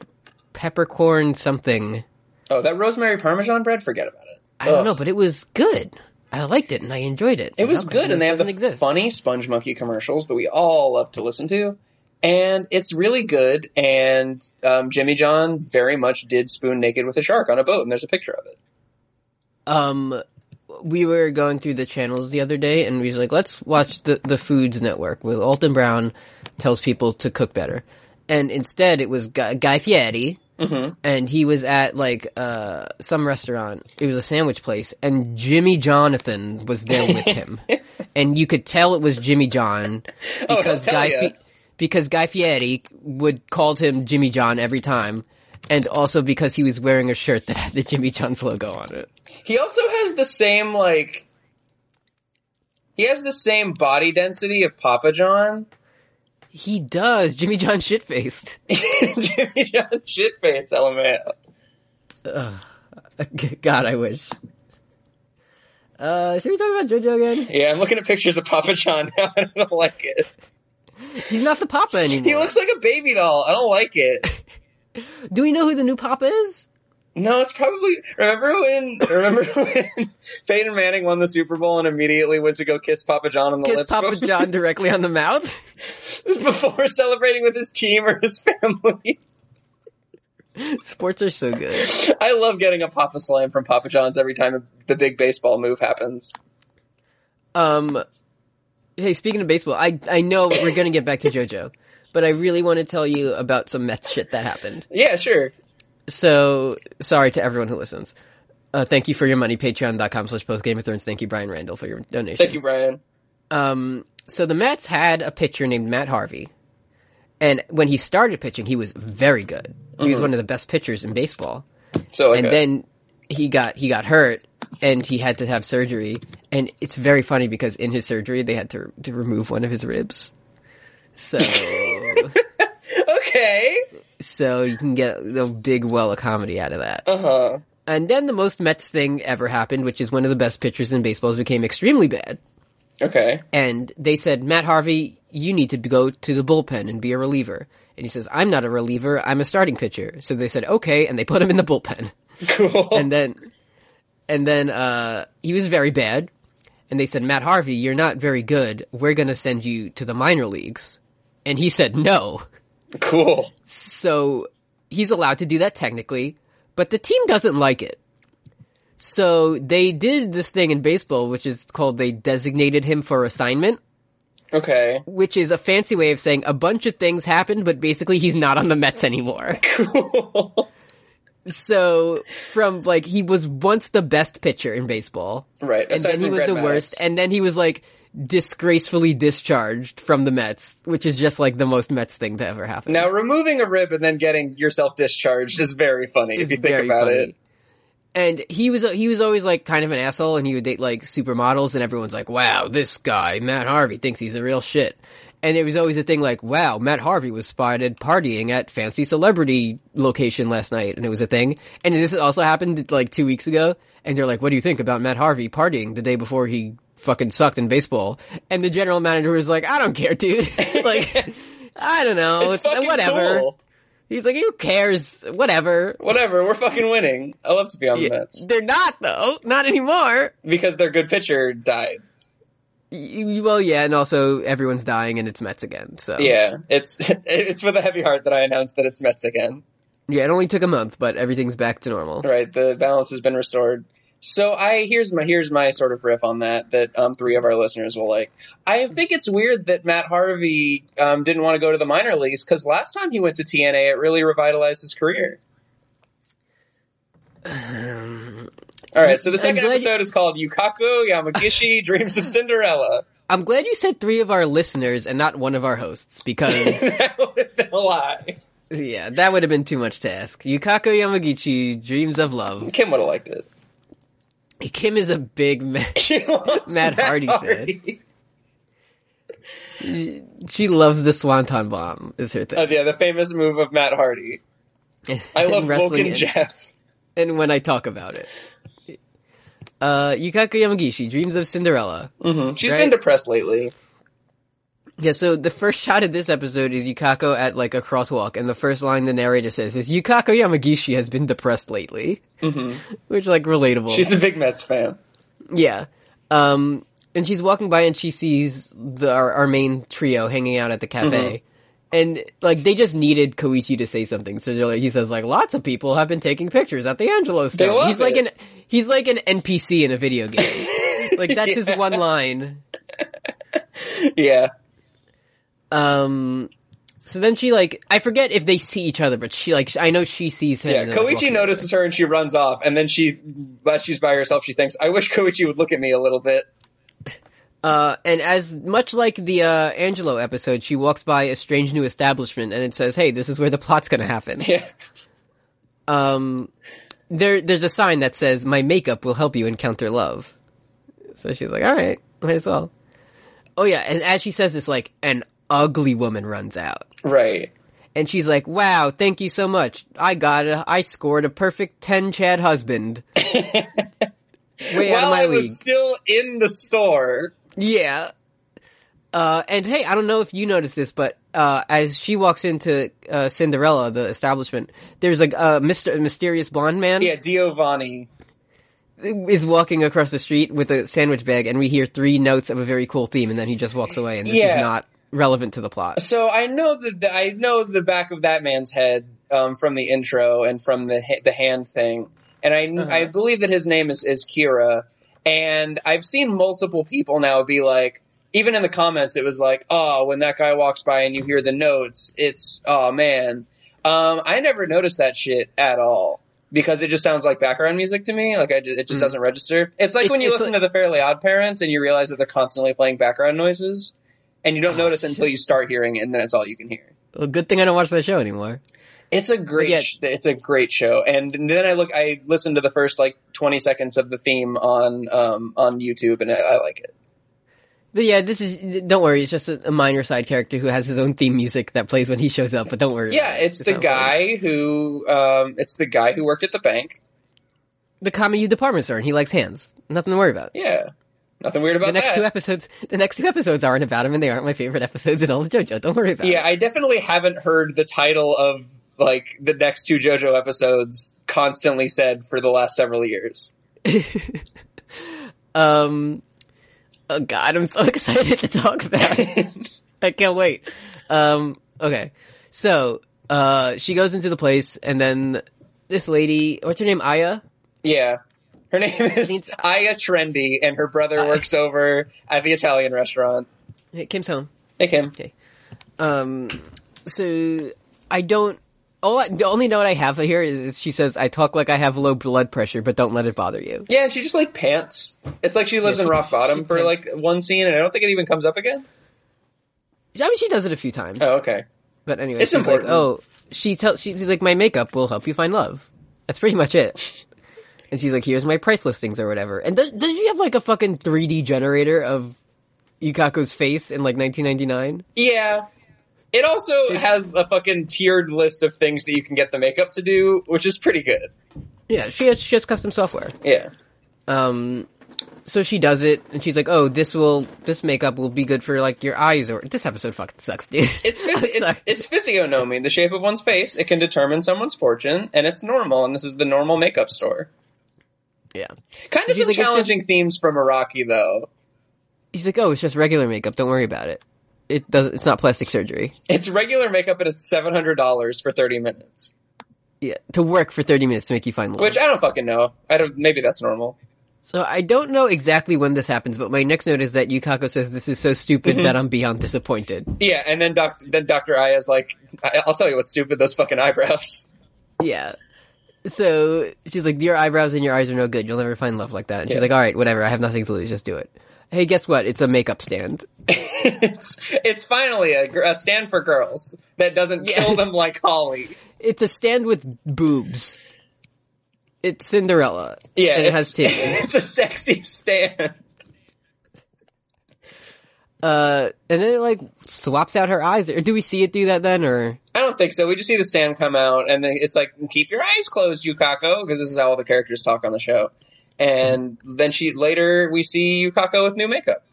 A: peppercorn something.
B: Oh, that rosemary parmesan bread, forget about it.
A: I don't
B: Ugh.
A: know, but it was good. I liked it and I enjoyed it.
B: It was good, and they have the
A: exist.
B: funny Sponge Monkey commercials that we all love to listen to. and it's really good. And um, Jimmy John very much did spoon naked with a shark on a boat, and there's a picture of it.
A: Um, we were going through the channels the other day, and we was like, let's watch the the Foods Network, where Alton Brown tells people to cook better. And instead, it was Guy, Guy Fieri,
B: Mm-hmm.
A: and he was at like uh some restaurant. It was a sandwich place, and Jimmy Jonathan was there with him, and you could tell it was Jimmy John
B: Oh,
A: because
B: hell
A: Guy
B: yeah.
A: Fi- because Guy Fieri would called him Jimmy John every time, and also because he was wearing a shirt that had the Jimmy John's logo on it.
B: He also has the same like he has the same body density of Papa John.
A: He does Jimmy John shit faced.
B: Jimmy John shitface element.
A: God, I wish. Uh, should we talk about JoJo again?
B: Yeah, I'm looking at pictures of Papa John now. and I don't like it.
A: He's not the Papa anymore.
B: He looks like a baby doll. I don't like it.
A: Do we know who the new Papa is?
B: No, it's probably remember when remember when Peyton Manning won the Super Bowl and immediately went to go kiss Papa John on the
A: Kiss
B: lips
A: Papa
B: before-
A: John directly on the mouth.
B: before celebrating with his team or his family.
A: Sports are so good.
B: I love getting a Papa Slam from Papa John's every time the big baseball move happens.
A: Um, hey, speaking of baseball, I I know we're gonna get back to JoJo, but I really want to tell you about some meth shit that happened.
B: Yeah, sure.
A: So sorry to everyone who listens. Uh, thank you for your money. Patreon.com slash post Game of Thrones. Thank you, Brian Randall, for your donation.
B: Thank you, Brian.
A: Um, so the Mets had a pitcher named Matt Harvey, and when he started pitching, he was very good. He was one of the best pitchers in baseball.
B: So Mm-hmm. okay.
A: And then he got he got hurt, and he had to have surgery. And it's very funny because in his surgery, they had to to remove one of his ribs. So
B: okay.
A: so you can get a big well of comedy out of that.
B: Uh huh.
A: And then the most Mets thing ever happened, which is one of the best pitchers in baseball, became extremely bad.
B: Okay.
A: and they said, Matt Harvey, you need to go to the bullpen and be a reliever. And he says, I'm not a reliever, I'm a starting pitcher. So they said, okay, and they put him in the bullpen.
B: Cool.
A: And then, and then, uh, he was very bad. And they said, Matt Harvey, you're not very good. We're gonna send you to the minor leagues. And he said, no.
B: cool.
A: So he's allowed to do that technically, but the team doesn't like it. So they did this thing in baseball, which is called they designated him for assignment
B: Okay.
A: which is a fancy way of saying a bunch of things happened, but basically he's not on the Mets anymore.
B: Cool.
A: So from like he was once the best pitcher in baseball,
B: right.
A: and
B: aside
A: then he
B: from
A: was
B: Red
A: the
B: Matters.
A: worst, and then he was like disgracefully discharged from the Mets, which is just like the most Mets thing to ever happen.
B: now removing a rib and then getting yourself discharged is very funny if
A: It's
B: you think
A: very
B: about
A: funny.
B: it.
A: And he was he was always like kind of an asshole, and he would date like supermodels, and everyone's like, "Wow, this guy Matt Harvey thinks he's a real shit." And it was always a thing like, "Wow, Matt Harvey was spotted partying at fancy celebrity location last night," and it was a thing. And this also happened like two weeks ago, and they're like, "What do you think about Matt Harvey partying the day before he fucking sucked in baseball?" And the general manager was like, "I don't care, dude. like, I don't know.
B: It's
A: It's, uh,
B: fucking
A: whatever."
B: cool.
A: He's like, "Who cares? Whatever."
B: Whatever. We're fucking winning. I love to be on the Mets
A: They're not though, not anymore.
B: because their good pitcher died.
A: Y- y- Well, yeah, and also everyone's dying and it's Mets again. So
B: Yeah. It's it's with a heavy heart that I announced that it's Mets again.
A: yeah. It only took a month, but everything's back to normal.
B: Right. The balance has been restored. So I here's my here's my sort of riff on that that um, three of our listeners will like. I think it's weird that Matt Harvey um, didn't want to go to the minor leagues because last time he went to TNA, it really revitalized his career. All right, so the
A: Um, I'm
B: second
A: glad-
B: episode is called Yukaku Yamagishi Dreams of Cinderella.
A: I'm glad you said three of our listeners and not one of our hosts because
B: that would have been a lie.
A: yeah, that would have been too much to ask. Yukako Yamaguchi dreams of love.
B: Kim would have liked it.
A: Kim is a big man.
B: She loves
A: Matt Hardy fan. She loves the swanton bomb. Is her
B: Oh,
A: thing.
B: yeah, the famous move of Matt Hardy. I
A: And
B: love
A: wrestling
B: Woken
A: and-
B: Jeff.
A: and when I talk about it. Uh, Yukako Yamagishi dreams of Cinderella.
B: hmm She's
A: Right.
B: been depressed lately.
A: Yeah, so the first shot of this episode is Yukako at like a crosswalk, and the first line the narrator says is Yukako Yamagishi has been depressed lately, mm-hmm. which like relatable.
B: She's a big Mets fan.
A: yeah,
B: Mm-hmm.
A: um, and she's walking by and she sees the, our, our main trio hanging out at the cafe, and like they just needed Koichi to say something. So they're like, he says like lots of people have been taking pictures at the Angelo
B: They
A: Stone.
B: love
A: He's like
B: it.
A: an he's like an NPC in a video game. like that's his one line.
B: Yeah.
A: Um. So then she like I forget if they see each other, but she like I know she sees him.
B: Yeah.
A: and then, like, walks
B: Koichi
A: away.
B: notices her and she runs off, and then she, as she's by herself, she thinks, "I wish Koichi would look at me a little bit."
A: Uh, and as much like the uh, Angelo episode, she walks by a strange new establishment, and it says, "Hey, this is where the plot's going to happen."
B: Yeah.
A: um, there, there's a sign that says, "My makeup will help you encounter love." So she's like, "All right, might as well." Oh yeah, and as she says this, like an ugly woman runs out,
B: Right.
A: and she's like, "Wow, thank you so much. I got it. I scored a perfect ten Chad husband." Way out
B: While
A: of my
B: I
A: league.
B: was still in the store,
A: Yeah. Uh, and hey, I don't know if you noticed this, but uh, as she walks into uh, Cinderella, the establishment, there's like a Mr. mysterious blonde man
B: yeah, Giovanni.
A: is walking across the street with a sandwich bag, and we hear three notes of a very cool theme, and then he just walks away, and this
B: Yeah.
A: is not relevant to the plot.
B: So I know that the, I know the back of that man's head um, from the intro and from the ha- the hand thing, and I
A: Uh-huh.
B: kn- I believe that his name is is Kira, and I've seen multiple people now be like. Even in the comments, it was like, "Oh, when that guy walks by and you hear the notes, it's oh man." Um, I never noticed that shit at all because it just sounds like background music to me. Like I ju- it just doesn't register. It's like
A: Mm. It's-
B: when you
A: it's
B: listen to the Fairly Odd Parents and you realize that they're constantly playing background noises and you don't notice until you start hearing it, and then it's all you can hear.
A: Well, good thing I don't watch that show anymore.
B: It's a great,
A: Yet-
B: sh- it's a great show. And then I look, I listened to the first like twenty seconds of the theme on um on YouTube, and I, I like it.
A: But yeah, this is. Don't worry, it's just a, a minor side character who has his own theme music that plays when he shows up. But don't worry.
B: Yeah,
A: about it.
B: it's the
A: not funny.
B: guy who, um, it's the guy who worked at the bank.
A: the Kamiyu department store, and he likes hands. Nothing to worry about.
B: Yeah, nothing weird about
A: the next
B: that.
A: two episodes the next two episodes aren't about him and they aren't my favorite episodes in all of JoJo. Don't worry about
B: yeah,
A: it.
B: I definitely haven't heard the title of like the next two JoJo episodes constantly said for the last several years.
A: Um Oh god, I'm so excited to talk about it. I can't wait. Um okay. So uh she goes into the place and then this lady what's her name? Aya?
B: Yeah. Her name is
A: it's-
B: Aya Trendy, and her brother works over at the Italian restaurant.
A: Hey, Kim's home.
B: Hey, Kim.
A: Um so I don't all I, the only note I have here is she says I talk like I have low blood pressure, but don't let it bother you.
B: Yeah, and she just like pants. It's like she lives
A: Yeah,
B: in
A: she-
B: rock bottom
A: she
B: for
A: pants.
B: like one scene, and I don't think it even comes up again.
A: I mean, she does it a few times.
B: Oh, okay.
A: But anyway,
B: It's
A: she's
B: important.
A: like, oh, she tells she, she's like, my makeup will help you find love. That's pretty much it. And she's like, here's my price listings or whatever. And does does she have like a fucking 3D generator of Yukako's face in like 1999?
B: Yeah. It also has a fucking tiered list of things that you can get the makeup to do, which is pretty good.
A: Yeah, she has, she has custom software.
B: Yeah.
A: Um, so she does it, and she's like, oh, this will this makeup will be good for like your eyes or this episode fucking sucks, dude.
B: It's, phys-
A: I'm sorry.
B: it's it's physiognomy, the shape of one's face. It can determine someone's fortune, and it's normal. And this is the normal makeup store.
A: yeah.
B: Kind of
A: She's like, it's
B: some
A: just-
B: challenging themes from Iraqi, though.
A: She's like, oh, it's just regular makeup. Don't worry about it. It does. It's not plastic surgery.
B: It's regular makeup and it's seven hundred dollars for thirty minutes.
A: Yeah, to work for 30 minutes to make you find love.
B: Which I don't fucking know. I don't maybe that's normal.
A: So I don't know exactly when this happens, but my next note is that Yukako says this is so stupid
B: Mm-hmm.
A: that I'm beyond disappointed.
B: Yeah, and then doc then Dr. Aya's like I- I'll tell you what's stupid, those fucking eyebrows.
A: Yeah. So she's like, Your eyebrows and your eyes are no good. You'll never find love like that. And
B: Yeah.
A: she's like, Alright, whatever, I have nothing to lose, just do it. Hey, guess what? It's a makeup stand.
B: it's it's finally a, gr- a stand for girls that doesn't
A: Yeah.
B: kill them like Holly.
A: It's a stand with boobs. It's Cinderella.
B: Yeah,
A: And it has
B: it's,
A: titties.
B: It's a sexy stand.
A: Uh and then it like swaps out her eyes. Or do we see it do that then or
B: I don't think so. We just see the stand come out, and then it's like, "Keep your eyes closed, Yukako," because this is how all the characters talk on the show. And then she later we see Yukako with new makeup.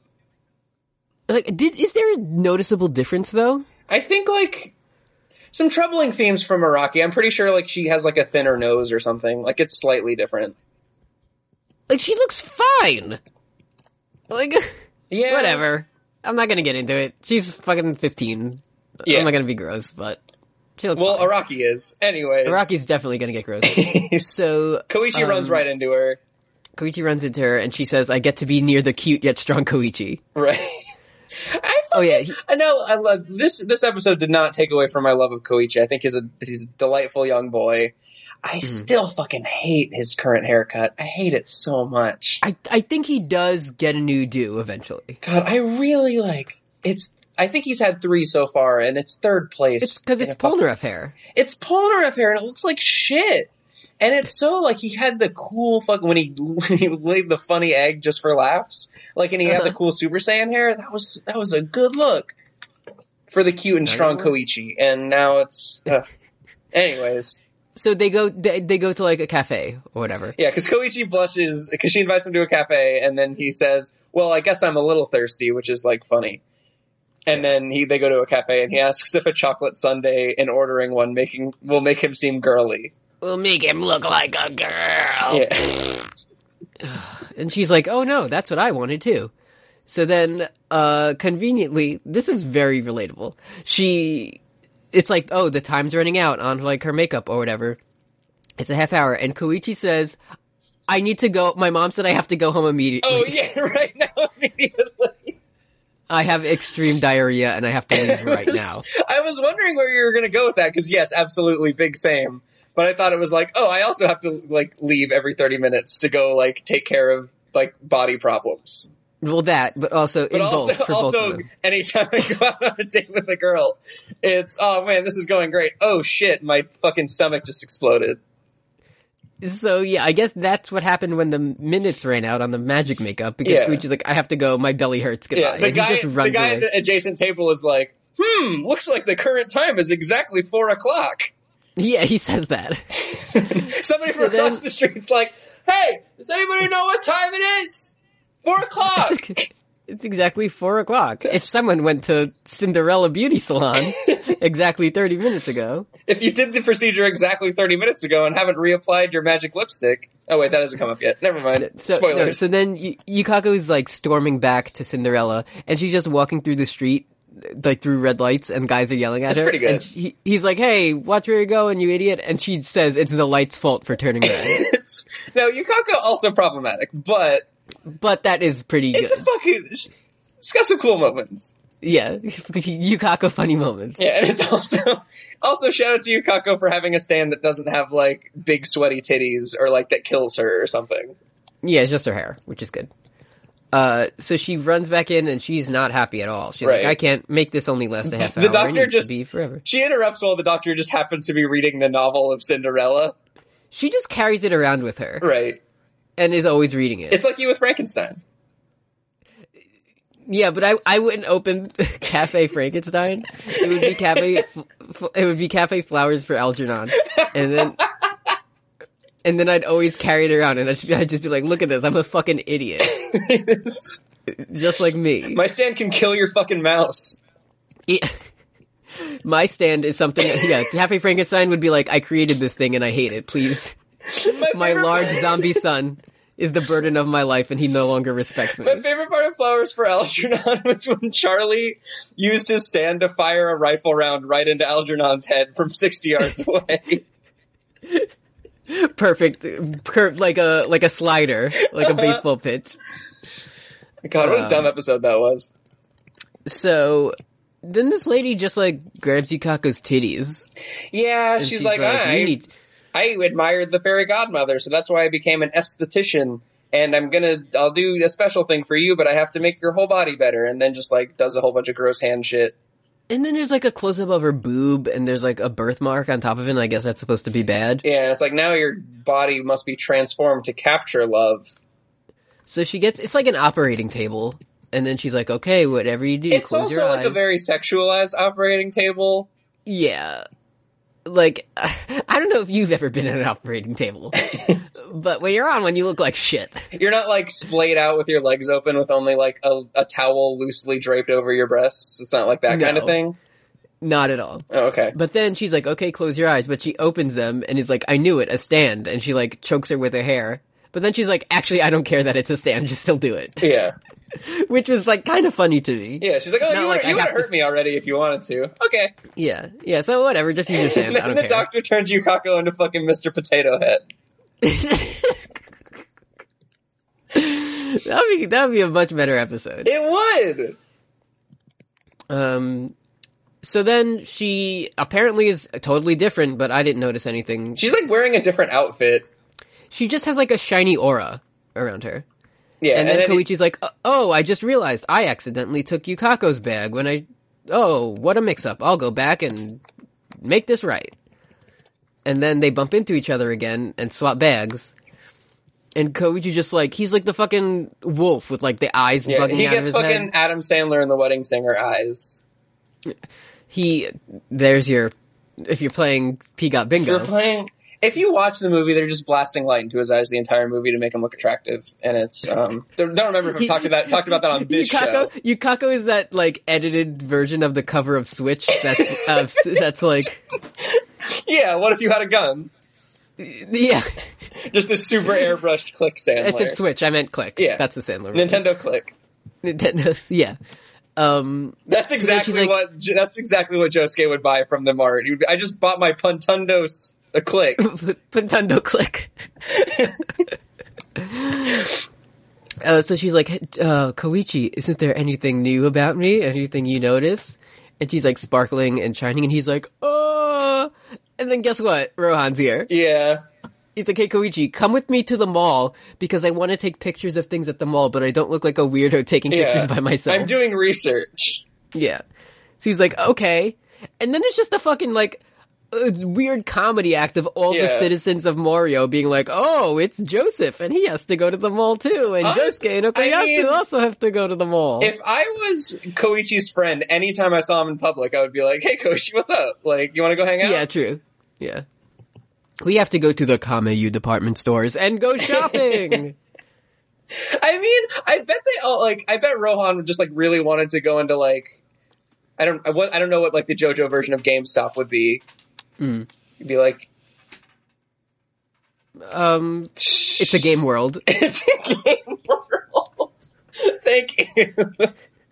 A: like did is there a noticeable difference though?
B: I think like some troubling themes from Iraqi. I'm pretty sure like she has like a thinner nose or something. Like it's slightly different.
A: Like she looks fine. Like
B: Yeah,
A: Whatever. I'm not gonna get into it. She's fucking 15.
B: Yeah.
A: I'm not gonna be gross, but she looks
B: Well,
A: fine.
B: Araki is. Anyways.
A: Araki's definitely gonna get gross. so
B: Koichi
A: um,
B: runs right into her.
A: Koichi runs into her and she says, "I get to be near the cute yet strong Koichi."
B: Right. I,
A: Oh yeah, he,
B: I know. I love this. This episode did not take away from my love of Koichi. I think he's a he's a delightful young boy.
A: Hmm.
B: I still fucking hate his current haircut. I hate it so much.
A: I I think he does get a new do eventually.
B: God, I really like it's. I think he's had three so far, and it's third place.
A: It's because
B: in
A: it's
B: a fucking-
A: Polnareff hair.
B: It's Polnareff hair, and it looks like shit. And it's so like he had the cool fuck when he when he laid the funny egg just for laughs. Like, and he had
A: Uh-huh.
B: the cool Super Saiyan hair. That was that was a good look for the cute and
A: Right.
B: strong Koichi. And now it's. Uh, anyways,
A: So they go they, they go to like a cafe or whatever.
B: yeah, because Koichi blushes because she invites him to a cafe, and then he says, "Well, I guess I'm a little thirsty," which is like funny. And then he they go to a cafe, and he asks if a chocolate sundae and ordering one making will make him seem girly.
A: We'll make him look like a girl.
B: Yeah.
A: And she's like, "Oh no, that's what I wanted too." So then, uh, conveniently, this is very relatable. She, it's like, oh, the time's running out on like her makeup or whatever. It's a half hour, and Koichi says, "I need to go. My mom said I have to go home immediately.
B: Oh yeah, right now immediately.
A: I have extreme diarrhea, and I have to leave right now."
B: I was wondering where you were going to go with that because yes, absolutely, big same. But I thought it was like, oh, I also have to like leave every thirty minutes to go like take care of like body problems.
A: Well, that, but also
B: But
A: in
B: also,
A: both for both
B: also
A: of them.
B: anytime I go out on a date with a girl, it's oh man, this is going great. Oh shit, my fucking stomach just exploded.
A: So yeah, I guess that's what happened when the minutes ran out on the magic makeup because
B: Yeah.
A: Koichi's like, "I have to go. My belly hurts. Goodbye."
B: Yeah, the
A: and
B: guy,
A: he just runs
B: the guy
A: away.
B: at the adjacent table is like, hmm, looks like the current time is exactly four o'clock.
A: Yeah, he says that.
B: Somebody
A: So
B: from across
A: then-
B: the street's like, "Hey, does anybody know what time it is? Four o'clock."
A: it's exactly four o'clock. If someone went to Cinderella Beauty Salon exactly thirty minutes ago,
B: if you did the procedure exactly thirty minutes ago and haven't reapplied your magic lipstick, oh wait, that hasn't come up yet. Never mind.
A: so no,
B: Spoilers.
A: so then y- Yukako is like storming back to Cinderella, and she's just walking through the street. Like through red lights and guys are yelling at
B: That's
A: her.
B: pretty good.
A: And she, he's like, "Hey, watch where you're going, you idiot!" And she says, "It's the light's fault for turning red."
B: It's- now Yukako also problematic, but
A: but that is pretty
B: it's
A: good.
B: a fucking. It's got some cool moments.
A: yeah, Yukako funny moments.
B: Yeah, and it's also also shout out to Yukako for having a stand that doesn't have like big sweaty titties or like that kills her or something.
A: Yeah, it's just her hair, which is good. Uh, so she runs back in and she's not happy at all. She's
B: Right.
A: like, I can't make this only last a half
B: The
A: hour. It
B: doctor
A: needs to
B: just-
A: be forever.
B: She interrupts while the doctor just happens to be reading the novel of Cinderella.
A: She just carries it around with her
B: Right.
A: and is always reading it.
B: It's like you with Frankenstein.
A: yeah, but I I wouldn't open Cafe Frankenstein. It would be Cafe F- F- it would be Cafe Flowers for Algernon, and then. And then I'd always carry it around, and I'd just be, I'd just be like, "Look at this! I'm a fucking idiot, just like me."
B: My stand can kill your fucking mouse.
A: Yeah. My stand is something. Yeah, Happy Frankenstein would be like, I created this thing and I hate it. Please, my
B: favorite-
A: large zombie son is the burden of my life, and he no longer respects
B: My
A: me.
B: favorite part of Flowers for Algernon was when Charlie used his stand to fire a rifle round right into Algernon's head from 60 yards away.
A: Perfect, cur- like a like a slider, like a baseball pitch.
B: God, what a
A: Uh.
B: dumb episode that was.
A: So then this lady just like grabs Yukako's titties.
B: Yeah,
A: and
B: she's, like,
A: "You
B: I,
A: need-
B: I admired the fairy godmother, so that's why I became an esthetician. And I'm gonna, I'll do a special thing for you, but I have to make your whole body better. And then just like does a whole bunch of gross hand shit.
A: And then there's like a close up of her boob, and there's like a birthmark on top of it. and I guess that's supposed to be bad.
B: Yeah, and it's like now your body must be transformed to capture love.
A: So she gets it's like an operating table, and then she's like, "Okay, whatever you do,
B: It's
A: close your
B: also like
A: eyes."
B: a very sexualized operating table.
A: yeah, like I don't know if you've ever been at an operating table, but when you're on one, you look like shit.
B: You're not like splayed out with your legs open with only like a, a towel loosely draped over your breasts. It's not like that kind
A: No.
B: of thing.
A: Not at all.
B: Oh, okay.
A: But then she's like, "Okay, close your eyes," but she opens them and is like, "I knew it, a stand," and she like chokes her with her hair. But then she's like, actually, I don't care that it's a stand, just still do it.
B: Yeah.
A: Which was like kind of funny to me.
B: Yeah. She's like, oh,
A: Not
B: you,
A: like I
B: would have
A: have to-
B: hurt me already if you wanted to. Okay.
A: Yeah. Yeah. So whatever, just use your
B: And
A: stand. I
B: then
A: don't
B: the
A: care.
B: doctor turns Yukako into fucking Mr. Potato Head.
A: that'd be that'd be a much better episode.
B: It would!
A: Um. So then she apparently is totally different, but I didn't notice anything.
B: She's like wearing a different outfit.
A: She just has like a shiny aura around her.
B: Yeah.
A: And then
B: it-
A: Koichi's like, "Oh, I just realized I accidentally took Yukako's bag when I. Oh, what a mix-up! I'll go back and make this right." And then they bump into each other again and swap bags. And Koichi just like he's like the fucking wolf with like the eyes
B: yeah,
A: bugging
B: he
A: out of
B: gets
A: his
B: fucking
A: head.
B: Adam Sandler in The Wedding Singer eyes.
A: He there's your if you're playing Pigot Bingo.
B: They're playing. If you watch the movie, they're just blasting light into his eyes the entire movie to make him look attractive, and it's um. Don't don't remember if I've talked about talked about that on this show.
A: Yukako, Yukako is that like edited version of the cover of Switch. That's of, that's like
B: Yeah, what if you had a gun?
A: yeah.
B: Just this super airbrushed click
A: I
B: Sandler.
A: said Switch. I meant click.
B: Yeah.
A: that's the Sandler. movie.
B: Nintendo click.
A: Nintendo. Yeah. Um.
B: That's
A: then she's
B: exactly
A: like-
B: what that's exactly what Josuke would buy from the mart. He would be, I just bought my Puntundo s- a click.
A: Nintendo click. uh, so she's like, uh, Koichi, isn't there anything new about me? Anything you notice? And she's like sparkling and shining, and he's like, oh. And then guess what? Rohan's here.
B: Yeah,
A: He's like, hey Koichi, come with me to the mall because I want to take pictures of things at the mall, but I don't look like a weirdo taking
B: yeah.
A: pictures by myself.
B: I'm doing research.
A: Yeah. So he's like, okay. And then it's just a fucking like a weird comedy act of all the
B: Yeah.
A: citizens of Mario being like, oh, it's Joseph and he has to go to the mall too. And
B: Honest-
A: Josuke and Okuyasu
B: I mean-
A: also have to go to the mall.
B: If I was Koichi's friend, anytime I saw him in public, I would be like, "Hey, Koichi, what's up? Like, you want to go hang out?"
A: yeah, true. Yeah. We have to go to the Kamayu department stores and go shopping.
B: I mean, I bet they all like. I bet Rohan just like really wanted to go into like. I don't. I, wa- I don't know what like the JoJo version of GameStop would be.
A: Mm.
B: You'd be like,
A: um, it's a game world.
B: it's a game world. Thank you.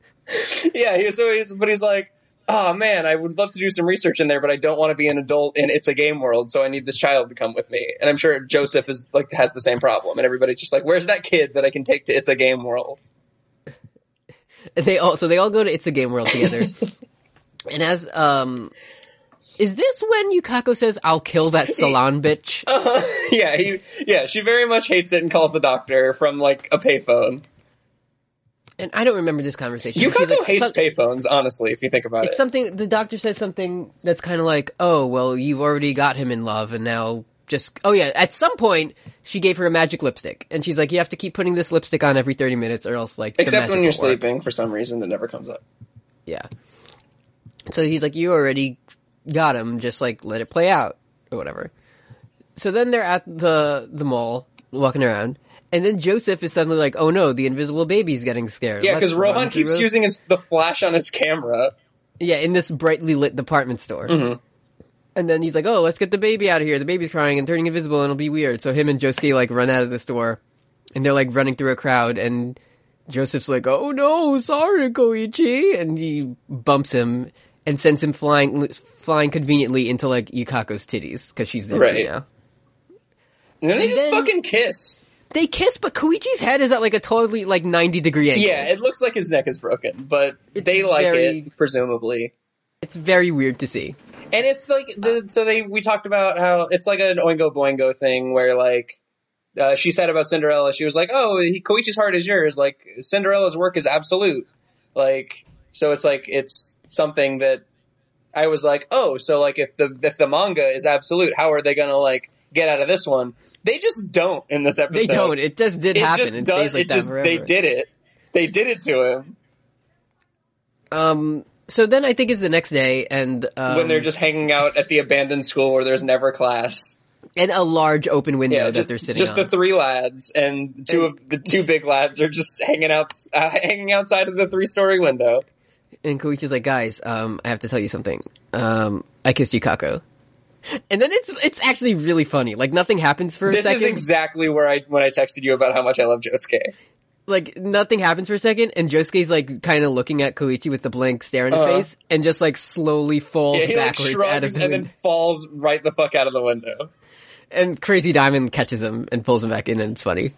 B: yeah, he was so he's, but he's like, oh man, I would love to do some research in there, but I don't want to be an adult and it's a game world, so I need this child to come with me. And I'm sure Joseph is like has the same problem, and everybody's just like, where's that kid that I can take to it's a game world?
A: They all so they all go to It's a Game World together. and as um is this when Yukako says I'll kill that salon bitch?
B: Uh, yeah, he, yeah, she very much hates it and calls the doctor from like a payphone.
A: And I don't remember this conversation. but she's
B: Yukako
A: like,
B: hates
A: some-
B: payphones, honestly, if you think about
A: It's
B: it.
A: something the doctor says something that's kind of like, "Oh, well, you've already got him in love, and now just oh yeah." At some point, she gave her a magic lipstick, and she's like, "You have to keep putting this lipstick on every thirty minutes, or else like the
B: Except
A: magic
B: when you're
A: won't work."
B: sleeping, for some reason, that never comes up.
A: Yeah. So he's like, "You already got him. Just like let it play out or whatever." So then they're at the the mall walking around. And then Joseph is suddenly like, "Oh no, the invisible baby's getting scared."
B: Yeah,
A: Let's
B: because
A: run
B: Rohan
A: through
B: keeps
A: Ro-
B: using his the flash on his camera.
A: Yeah, in this brightly lit department store.
B: Mhm.
A: And then he's like, "Oh, let's get the baby out of here. The baby's crying and turning invisible, and it'll be weird." So him and Josuke like run out of the store, and they're like running through a crowd, and Joseph's like, "Oh no, sorry, Koichi," and he bumps him and sends him flying, flying conveniently into like Yukako's titties because she's there
B: Right.
A: now.
B: And then they
A: And
B: just
A: then-
B: fucking kiss.
A: They kiss, but Koichi's head is at like a totally like ninety degree angle.
B: Yeah, it looks like his neck is broken, but they like
A: very-
B: it presumably.
A: it's very weird to see.
B: And it's like the, so they we talked about how it's like an Oingo Boingo thing where like uh, she said about Cinderella, she was like, "Oh, he, Koichi's heart is yours. Like Cinderella's work is absolute." Like so, it's like it's something that I was like, "Oh, so like if the if the manga is absolute, how are they gonna like get out of this one?" They just don't in this
A: They
B: episode.
A: don't. It just did
B: It
A: happen.
B: just
A: it
B: does.
A: stays like
B: it
A: that
B: just
A: forever.
B: they did it. They did it to him
A: Um, so then I think it's the next day, and um,
B: when they're just hanging out at the abandoned school where there's never class.
A: in a large open window
B: Yeah,
A: that
B: just,
A: they're sitting
B: just
A: on.
B: the three lads and two of the two big lads are just hanging out, uh, hanging outside of the three-story window.
A: and Koichi's like, guys, um, I have to tell you something. Um, I kissed Yukako. And then it's it's actually really funny. Like nothing happens for a
B: This
A: second.
B: is exactly where I when I texted you about how much I love Josuke.
A: like nothing happens for a second, and Josuke's like kind of looking at Koichi with the blank stare on his
B: Uh-huh.
A: face, and just like slowly falls
B: Yeah, he like
A: backwards out of
B: shrugs
A: the
B: and
A: window.
B: then falls right the fuck out of the window.
A: And Crazy Diamond catches him and pulls him back in, and it's funny.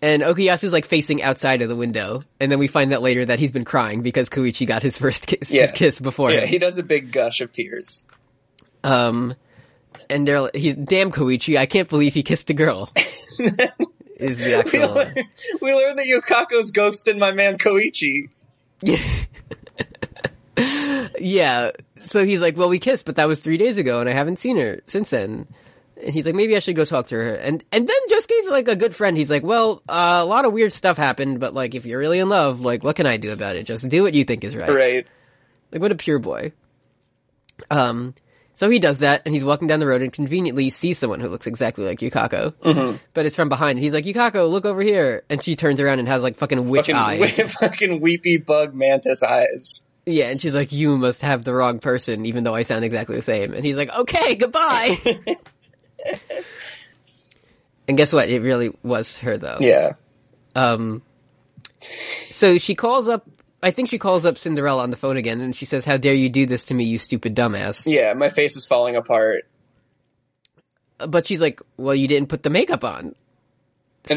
A: And Okuyasu's like facing outside of the window, and then we find out later that he's been crying because Koichi got his first kiss,
B: Yeah.
A: his kiss before
B: Yeah,
A: him.
B: he does a big gush of tears.
A: um, and they're like, he's damn Koichi, I can't believe he kissed a girl. is the
B: We
A: actual
B: learn, we learn that Yokako's ghosting my man Koichi.
A: yeah. So he's like, well, we kissed, but that was three days ago, and I haven't seen her since then. And he's like, maybe I should go talk to her. And and then Josuke's like a good friend. He's like, well, uh, a lot of weird stuff happened, but like, if you're really in love, like, what can I do about it? Just do what you think is right.
B: Right.
A: Like, what a pure boy. Um, so he does that, and he's walking down the road and conveniently sees someone who looks exactly like Yukako, but it's from behind. He's like, Yukako, look over here, and she turns around and has like fucking witch eyes.
B: Fucking, with fucking weepy bug mantis eyes.
A: Yeah, and she's like, "You must have the wrong person, even though I sound exactly the same." And he's like, "Okay, goodbye." and guess what? It really was her, though.
B: Yeah.
A: Um. So she calls up. I think she calls up Cinderella on the phone again, and she says, "How dare you do this to me, you stupid dumbass?"
B: Yeah, my face is falling apart.
A: But she's like, "Well, you didn't put the makeup on."
B: And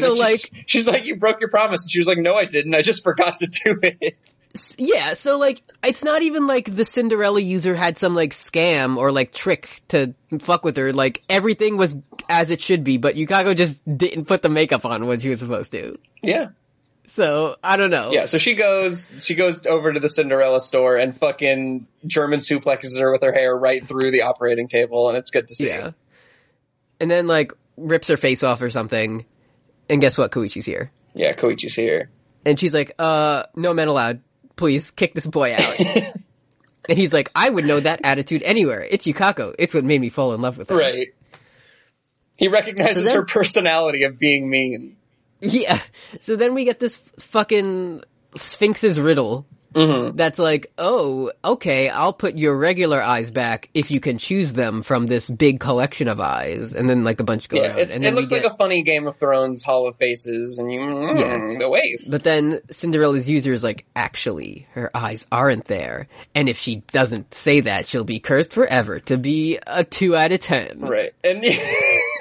A: so
B: then
A: like,
B: she's, she's like, you broke your promise. And she was like, no, I didn't. I just forgot to do it.
A: Yeah, so like it's not even like the Cinderella user had some like scam or like trick to fuck with her. Like everything was as it should be, but Yukako just didn't put the makeup on when she was supposed to.
B: Yeah.
A: So I don't know.
B: Yeah. So she goes, she goes over to the Cinderella store and fucking German suplexes her with her hair right through the operating table. And it's good to see.
A: yeah. And then like rips her face off or something, and guess what? Koichi's here,
B: Yeah. Koichi's here.
A: and she's like, "Uh, no men allowed. Please kick this boy out." and he's like, "I would know that attitude anywhere. It's Yukako. It's what made me fall in love with her."
B: Right. He recognizes
A: So then-
B: her personality of being mean.
A: Yeah. So then we get this f- fucking Sphinx's riddle.
B: Mm-hmm.
A: That's like, oh, okay, I'll put your regular eyes back if you can choose them from this big collection of eyes, and then like a bunch go
B: Yeah,
A: around.
B: it's,
A: and
B: it
A: then we
B: looks
A: get-
B: like a funny Game of Thrones Hall of Faces, and you, mm, the wave.
A: But then Cinderella's user is like, actually, her eyes aren't there, and if she doesn't say that, she'll be cursed forever to be a two out of ten.
B: Right. And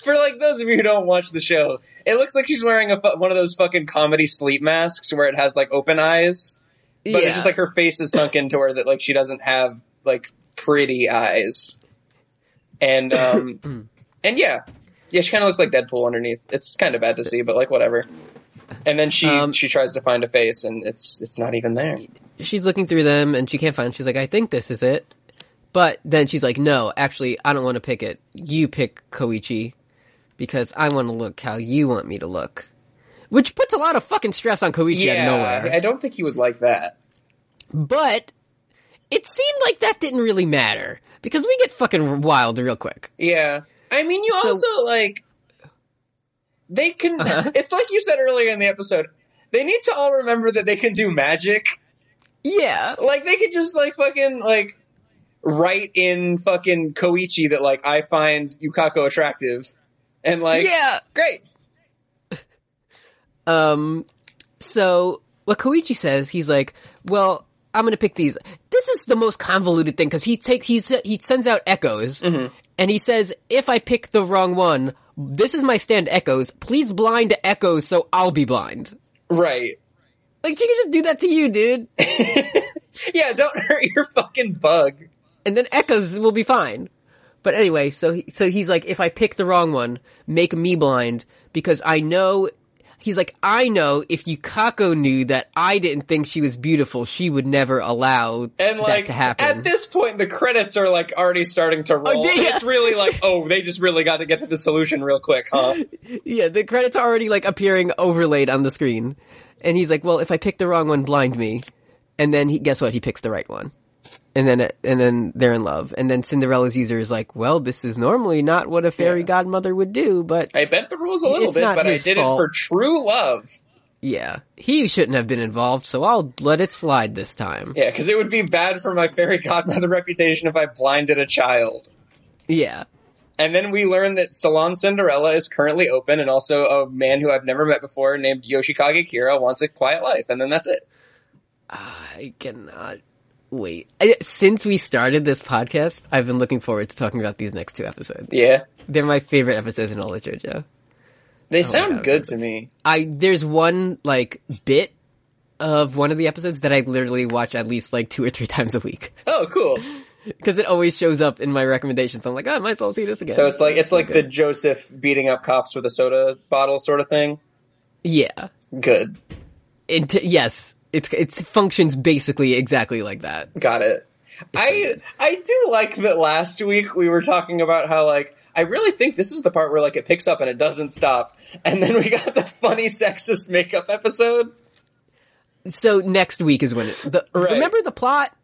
B: for like those of you who don't watch the show, it looks like she's wearing a fu- one of those fucking comedy sleep masks where it has like open eyes, but
A: yeah.
B: it's just like her face is sunk into her that like she doesn't have like pretty eyes. And um and yeah. Yeah, she kind of looks like Deadpool underneath. It's kind of bad to see, but like whatever. And then she
A: Um,
B: she tries to find a face and it's it's not even there.
A: she's looking through them and she can't find. She's like, I think this is it, but then she's like, No, actually, I don't want to pick it. You pick Koichi because I want to look how you want me to look, which puts a lot of fucking stress on Koichi out of
B: Yeah,
A: nowhere.
B: I don't think he would like that.
A: But it seemed like that didn't really matter because we get fucking wild real quick.
B: Yeah. I mean, you
A: So-
B: also, like, they can.
A: Uh-huh.
B: It's like you said earlier in the episode. They need to all remember that they can do magic.
A: Yeah,
B: Like, they could just, like, fucking, like, write in fucking Koichi that, like, I find Yukako attractive. And, like,
A: yeah.
B: great.
A: Um, so what Koichi says, he's like, "Well, I'm gonna pick these." This is the most convoluted thing because he takes he's he sends out echoes, and he says, "If I pick the wrong one, this is my stand echoes. Please blind echoes, so I'll be blind."
B: Right.
A: Like she can just do that to you, dude,
B: Yeah, don't hurt your fucking bug.
A: and then echoes will be fine. But anyway, so he, so he's like, "If I pick the wrong one, make me blind because I know." He's like, I know if Yukako knew that I didn't think she was beautiful, she would never allow
B: And,
A: that
B: like,
A: to happen. Oh,
B: at this point, the credits are, like, already starting to roll.
A: yeah.
B: And It's really like, oh, they just really got to get to the solution real quick, huh?
A: Yeah, the credits are already like appearing overlaid on the screen. And he's like, "Well, if I pick the wrong one, blind me." And then he guess what? He picks the right one. And then it- and then they're in love. And then Cinderella's user is like, "Well, this is normally not what a fairy
B: Yeah.
A: godmother would do, but
B: I bent the rules a little
A: It's
B: bit,
A: not
B: but I
A: his
B: did
A: fault.
B: it for true love.
A: yeah, he shouldn't have been involved, so I'll let it slide this time."
B: Yeah, because it would be bad for my fairy godmother reputation if I blinded a child.
A: Yeah.
B: And then we learn that Salon Cinderella is currently open, and also a man who I've never met before named Yoshikage Kira wants a quiet life, and then that's it.
A: I cannot wait. I, since we started this podcast, I've been looking forward to talking about these next two episodes.
B: Yeah.
A: They're my favorite episodes in all of JoJo.
B: They
A: my
B: sound
A: God,
B: good
A: sounds
B: to me.
A: I there's one like bit of one of the episodes that I literally watch at least like two or three times a week
B: Oh, cool.
A: because it always shows up in my recommendations. I'm like, oh, I might as well see this again.
B: So it's like it's like the
A: Okay.
B: Joseph beating up cops with a soda bottle sort of thing.
A: yeah,
B: Good.
A: it, yes, it's it functions basically exactly like that.
B: Got it. I I do like that last week we were talking about how like I really think this is the part where like it picks up and it doesn't stop. And then we got the funny sexist makeup episode.
A: So next week is when it. The,
B: Right.
A: Remember the plot?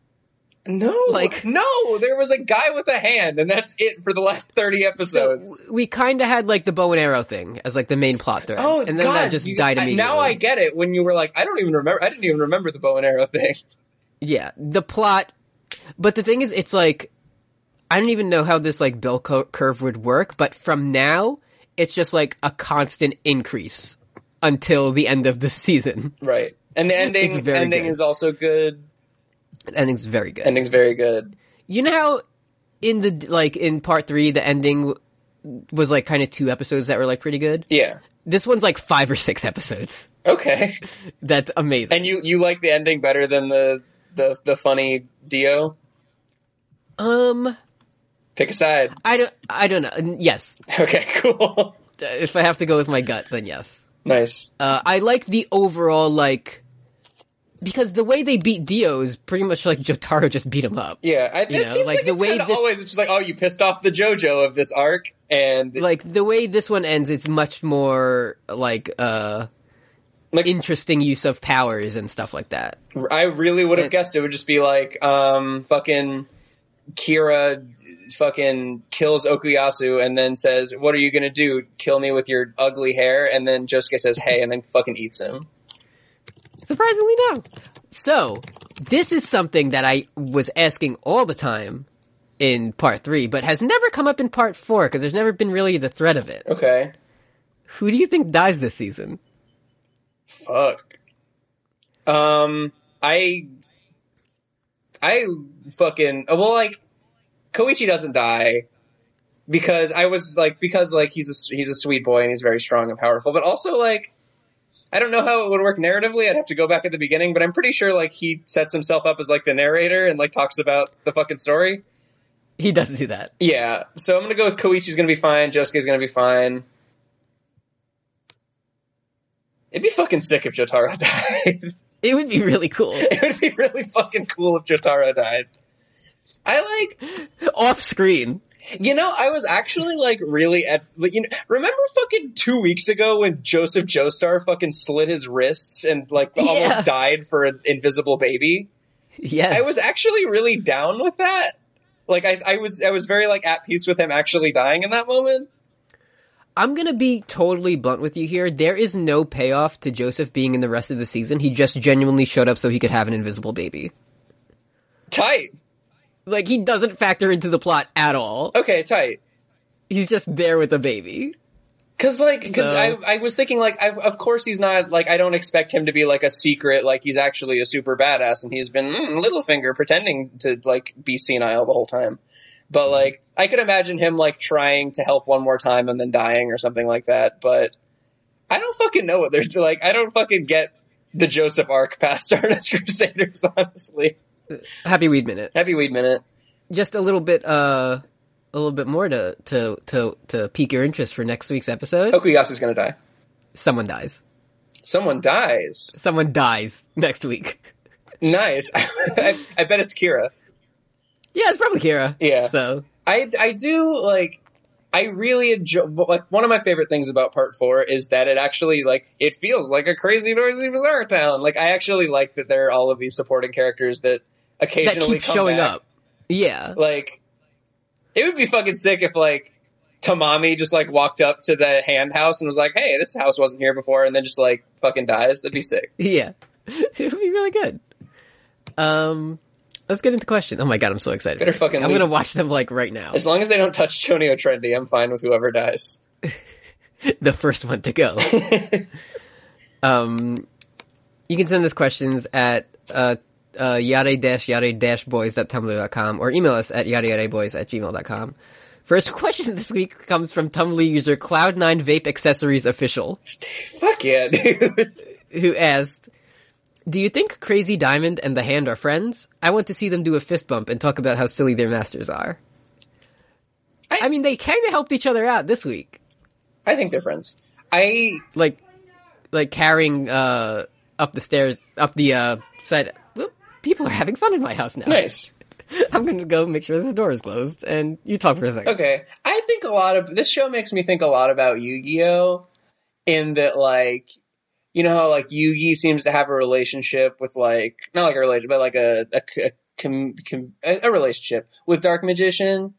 B: No.
A: Like-
B: no, there was a guy with a hand and that's it for the last 30
A: So
B: episodes.
A: w- we kind of had like the bow and arrow thing as like the main plot thread,
B: Oh,
A: and then
B: God,
A: that just
B: you-
A: died
B: I-
A: immediately.
B: Now I get it when you were like, I don't even remember. I didn't even remember the bow and arrow thing.
A: yeah, the plot. But the thing is, it's like I don't even know how this like bell co- curve would work. But from now, it's just like a constant increase until the end of the season.
B: Right. And the ending
A: very
B: ending
A: good.
B: is also good.
A: The ending's very good.
B: Ending's very good.
A: you know how in the like in part three, the ending was like kind of two episodes that were like pretty good.
B: Yeah.
A: This one's like five or six episodes.
B: Okay.
A: That's amazing.
B: And you you like the ending better than the the the funny Dio?
A: um,
B: Pick a side.
A: I don't, I don't know. Yes,
B: Okay, cool.
A: if I have to go with my gut, then yes.
B: nice.
A: Uh, I like the overall like because the way they beat Dio is pretty much like Jotaro just beat him up.
B: Yeah, I, it
A: You know,
B: seems like,
A: like, the
B: it's
A: way
B: kind of
A: this-
B: always it's just like, oh, you pissed off the JoJo of this arc, and like,
A: Like the way this one ends, it's much more like uh interesting use of powers and stuff like that.
B: I really would have
A: it-
B: guessed it would just be like, um, fucking Kira, fucking kills Okuyasu, and then says, "What are you gonna do? Kill me with your ugly hair?" And then Josuke says, "Hey," and then fucking eats him.
A: Surprisingly, no. So this is something that I was asking all the time in part three, but has never come up in part four because there's never been really the threat of it.
B: Okay,
A: Who do you think dies this season?
B: fuck. Um, I, I fucking uh, well, like Koichi doesn't die because I was like because like he's a he's a sweet boy and he's very strong and powerful, but also like. I don't know how it would work narratively. I'd have to go back at the beginning, but I'm pretty sure like he sets himself up as like the narrator and like talks about the fucking story.
A: He doesn't do that.
B: Yeah, so I'm gonna go with Koichi's gonna be fine. Josuke's gonna be fine. It'd be fucking sick if Jotaro died.
A: It would be really cool.
B: it would be really fucking cool if Jotaro died. I like,
A: Off screen.
B: you know, I was actually like really at, like, you know, remember fucking two weeks ago when Joseph Joestar fucking slit his wrists and like
A: Yeah.
B: almost died for an invisible baby?
A: Yes.
B: I was actually really down with that. Like, I, I was, I was very like at peace with him actually dying in that moment.
A: I'm gonna be totally blunt with you here. There is no payoff to Joseph being in the rest of the season. He just genuinely showed up so he could have an invisible baby.
B: Tight.
A: Like he doesn't factor into the plot at all.
B: Okay, tight.
A: He's just there with a baby.
B: Cause like, cause
A: So-
B: I, I was thinking like, i of course he's not like, I don't expect him to be like a secret, like he's actually a super badass and he's been mm, Littlefinger pretending to like be senile the whole time. But like, I could imagine him like trying to help one more time and then dying or something like that. But I don't fucking know what they're like. I don't fucking get the Joseph arc past Stardust Crusaders, honestly.
A: Happy Weed Minute.
B: Happy weed minute.
A: Just a little bit, uh, a little bit more to, to, to, to pique your interest for next week's episode.
B: Okuyasu's gonna die.
A: Someone dies.
B: Someone dies.
A: Someone dies next week.
B: Nice. I, I bet it's Kira.
A: Yeah, it's probably Kira.
B: Yeah.
A: So,
B: I I do like I really enjoy like one of my favorite things about part 4 is that it actually like it feels like a crazy noisy bizarre town. Like I actually like that there are all of these supporting characters that
A: that
B: occasionally
A: keeps
B: come
A: showing
B: back.
A: up. Yeah.
B: Like it would be fucking sick if like Tamami just like walked up to the hand house and was like, "Hey, this house wasn't here before," and then just like fucking dies. That'd be sick.
A: Yeah. it would be really good. Um, Let's get into question. Oh my god, I'm so excited.
B: Better fucking
A: I'm
B: leave.
A: gonna watch them like right now.
B: As long as they don't touch Chonio Trendy, I'm fine with whoever dies.
A: the first one to go. um, you can send us questions at uh, uh, yada dash yada dash boys.tumblr.com or email us at yada yada boys at gmail.com. First question this week comes from Tumblr user Cloud9 Vape Accessories Official,
B: Fuck yeah, dude.
A: who asked, Do you think Crazy Diamond and The Hand are friends? I want to see them do a fist bump and talk about how silly their masters are.
B: I-
A: I mean, they kind of helped each other out this week.
B: I think they're friends. I
A: like like carrying uh up the stairs up the uh side Whoop, people are having fun in my house now
B: nice.
A: i'm gonna go make sure this door is closed and you talk for a second
B: Okay. I think a lot of this show makes me think a lot about Yu-Gi-Oh in that like you know how like Yugi seems to have a relationship with like not like a relationship but like a a, c- a com, com, a a relationship with Dark Magician